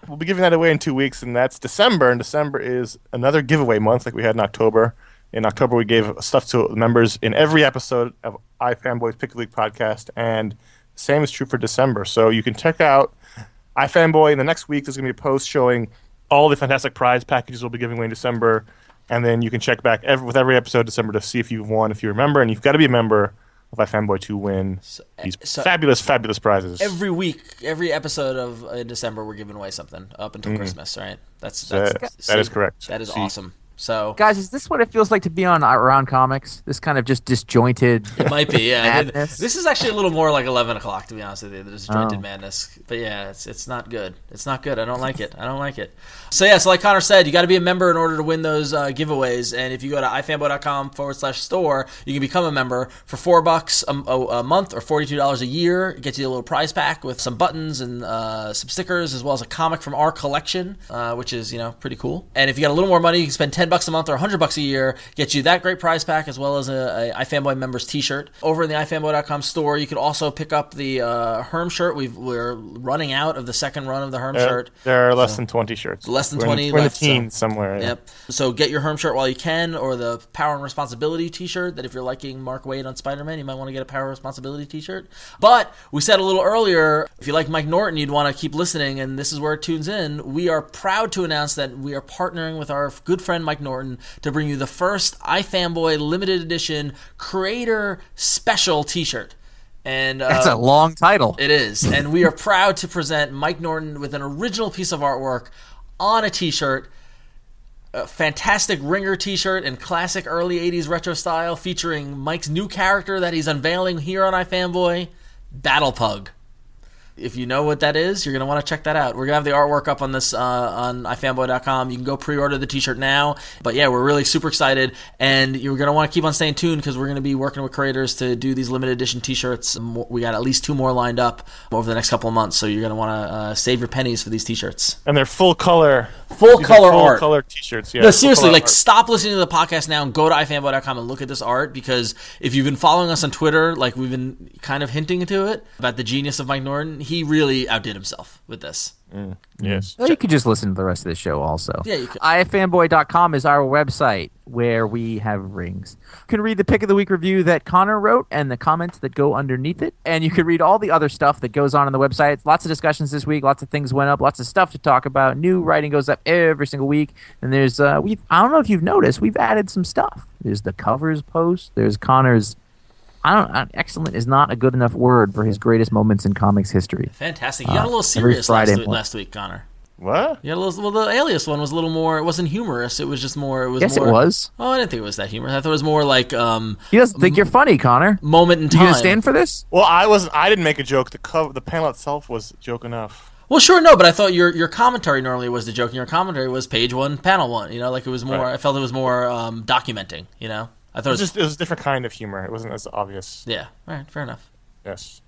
we'll be giving that away in two weeks, and that's December. And December is another giveaway month, like we had in October. In October, we gave stuff to members in every episode of iFanboy's Pick a League podcast, and the same is true for December. So you can check out iFanboy in the next week. There's going to be a post showing all the fantastic prize packages we'll be giving away in December, and then you can check back every, with every episode December to see if you've won, if you remember, and you've got to be a member of iFanboy to win these
so-
fabulous, fabulous prizes.
Every week, every episode of uh, December, we're giving away something up until Christmas, right? That's, that's
Mm-hmm. That- that is correct.
That is
See-
awesome. So
Guys, is this what it feels like to be on around comics? This kind of just disjointed.
it might be. Yeah,
Madness.
this is actually a little more like eleven o'clock, to be honest with you. The disjointed
Oh.
madness, but yeah, it's it's not good. It's not good. I don't like it. I don't like it. So yeah, so like Connor said, you got to be a member in order to win those uh, giveaways. And if you go to ifanboy.com forward slash store, you can become a member for four bucks a, a, a month or forty two dollars a year. It gets you a little prize pack with some buttons and uh, some stickers, as well as a comic from our collection, uh, which is you know pretty cool. And if you got a little more money, you can spend ten bucks a month or hundred bucks a year, get you that great prize pack as well as a, a iFanboy members T-shirt over in the ifanboy.com store. You could also pick up the uh, Herm shirt. We've, we're running out of the second run of the Herm
Uh,
shirt.
There are less than 20 shirts.
Less than
We're in-
20
we're in the
left, so-
teens somewhere. yeah.
Yep. So get your Herm shirt while you can, or the Power and Responsibility T-shirt. That if you're liking Mark Wade on Spider-Man, you might want to get a Power and Responsibility T-shirt. But we said a little earlier, if you like Mike Norton, you'd want to keep listening, and this is where it tunes in. We are proud to announce that we are partnering with our good friend Mike Norton to bring you the first iFanboy limited edition creator special T-shirt. And uh,
That's a long title.
it is. And we are proud to present Mike Norton with an original piece of artwork on a t shirt. A fantastic ringer t shirt in classic early 80s retro style featuring Mike's new character that he's unveiling here on iFanboy Battle Pug. If you know what that is, you're going to want to check that out. We're going to have the artwork up on this uh, on ifanboy.com. You can go pre-order the t-shirt now. But yeah, we're really super excited and you're going to want to keep on staying tuned cuz we're going to be working with creators to do these limited edition t-shirts. Mo- We got at least two more lined up over the next couple of months, so you're going to want to uh, save your pennies for these t-shirts.
And they're full color.
Full
these are
color
full
art.
color t-shirts. Yeah.
No,
full
seriously,
color
like
art.
stop listening to the podcast now and go to ifanboy.com and look at this art because if you've been following us on Twitter, like we've been kind of hinting to it about the genius of Mike Norton, he really outdid himself with this.
Yes.
Well, you could just listen to the rest of the show also.
Yeah, you could.
ifanboy.com is our website where we have rings. You can read the pick of the week review that Connor wrote and the comments that go underneath it. And you can read all the other stuff that goes on on the website. Lots of discussions this week. Lots of things went up. Lots of stuff to talk about. New writing goes up every single week. And there's, uh, we've, I don't know if you've noticed, we've added some stuff. There's the covers post. There's Connor's, I don't, uh, excellent is not a good enough word for his greatest moments in comics history.
Fantastic. You got a little
Ah, every
serious last
Friday
week,
morning.
last week, Connor.
What?
You got a little, well, the alias one was a little more, it wasn't humorous. It was just more, it was
Yes, it
more.
was.
Oh, I didn't think it was that humorous. I thought it was more like um,
He doesn't think you're funny, Connor.
moment in
You
time.
gonna stand for this?
Well, I wasn't. I didn't make a joke. The cover, the panel itself was joke enough.
Well, sure, no, but I thought your your commentary normally was the joke, and your commentary was page one, panel one. You know, like it was more.
Right.
I felt it was more um, documenting. You know, I
It
thought
was
it was,
just it was a different kind of humor. It wasn't as obvious.
yeah. All right, fair enough.
Yes.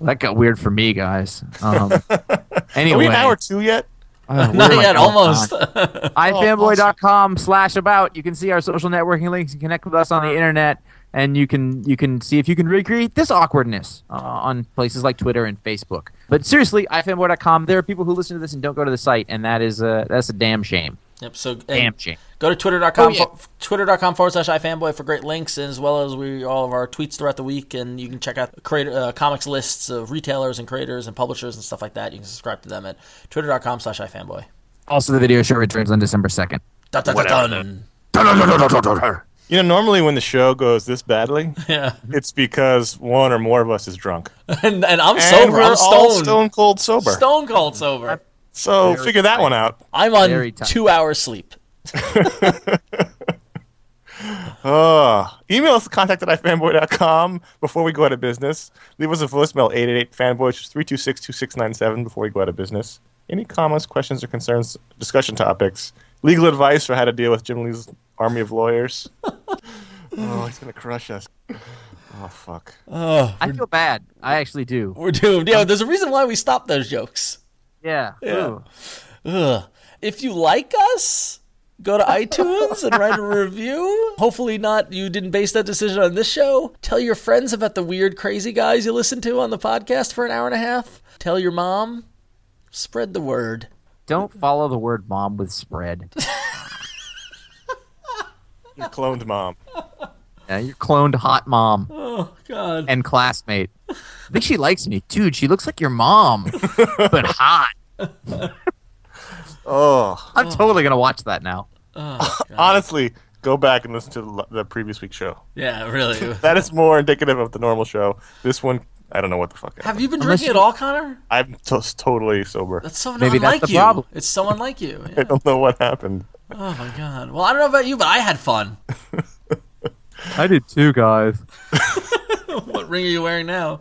That got weird for me, guys. Um, anyway,
Are we an hour two yet?
uh,
Not yet, almost.
ifanboy.com slash about. You can see our social networking links and connect with us on the internet, and you can you can see if you can recreate this awkwardness uh, on places like Twitter and Facebook. But seriously, ifanboy.com. There are people who listen to this and don't go to the site, and that is a that's a damn shame.
yep. So and
Damn shame.
go to twitter.com
Oh, yeah.
fo- twitter.com forward slash ifanboy for great links and as well as we all of our tweets throughout the week and you can check out creator uh, comics lists of retailers and creators and publishers and stuff like that. You can subscribe to them at twitter.com slash ifanboy.
Also, the video show returns on December second.
Dun, dun, dun, dun.
You know, normally when the show goes this badly,
Yeah.
it's because one or more of us is drunk.
And, and I'm
And
sober.
we're
I'm
all
stoned.
stone cold sober.
Stone cold sober.
so figure that one out.
I'm on
Very tight.
two hours sleep.
Uh, email us at contact at ifanboy.com before we go out of business. Leave us a voicemail, 888-FANBOY, which is 326-2697 before we go out of business. Any comments, questions, or concerns, discussion topics, legal advice for how to deal with Jim Lee's army of lawyers. oh, he's going to crush us. Oh, fuck.
I feel bad. I actually do.
We're doomed. Yeah, there's a reason why we stopped those jokes.
Yeah. Ooh.
Ugh. If you like us, go to iTunes and write a review. Hopefully, not you didn't base that decision on this show. Tell your friends about the weird, crazy guys you listen to on the podcast for an hour and a half. Tell your mom. Spread the word.
Don't follow the word mom with spread.
Your cloned mom.
Yeah, you're cloned hot mom
Oh God.
and classmate. I think she likes me. Dude, she looks like your mom, but hot.
Oh,
I'm totally going to watch that now.
honestly, go back and listen to the- the previous week's show.
Yeah, really.
That is more indicative of the normal show. This one, I don't know what the fuck.
Have you been
Unless
drinking
you-
at all, Connor?
I'm just totally sober.
That's so
Maybe that's
unlike
the
you.
problem.
It's so unlike you.
I
Yeah.
don't know what happened.
Oh my God. Well, I don't know about you, but I had fun.
I did too, guys.
what ring are you wearing now?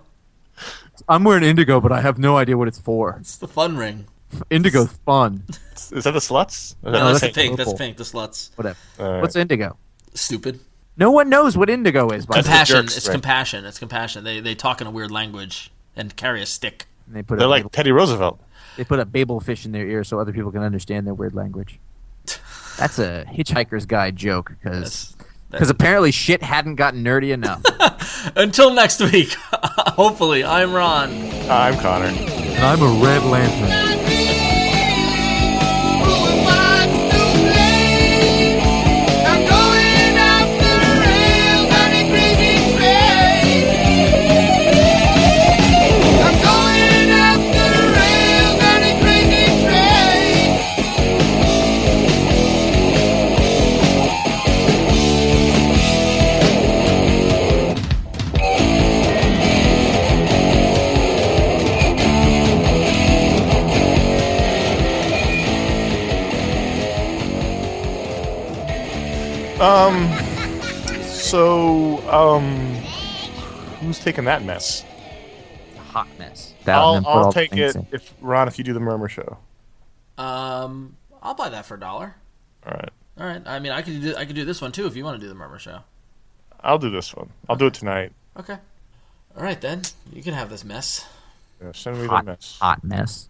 I'm wearing indigo, but I have no idea what it's for.
It's the fun ring.
Indigo's fun.
Is that the sluts?
No, that's,
that's
pink.
purple.
That's pink. The sluts.
Whatever.
All right.
What's indigo?
Stupid.
No one knows what indigo is, by the way.
compassion.
jerks,
it's
right?
compassion. It's compassion. They they talk in a weird language and carry a stick.
And They put
They're
a
like
babel-
Teddy Roosevelt.
they put a babel fish in their ear so other people can understand their weird language. That's a Hitchhiker's Guide joke because
That's-
apparently shit hadn't gotten nerdy enough.
Until next week, hopefully, I'm Ron.
I'm Connor.
and I'm a red lantern.
Um, so um, who's taking that mess?
Hotness.
I'll, I'll take it if Ron, if you do the Murmur show.
Um, I'll buy that for a dollar.
All right,
All right. I mean, I could do I could do this one too if you want to do the murmur show.
I'll do this one. I'll do it tonight.
Okay. All right then. You can have this mess.
Yeah, send me the
Hot,
mess.
hot mess.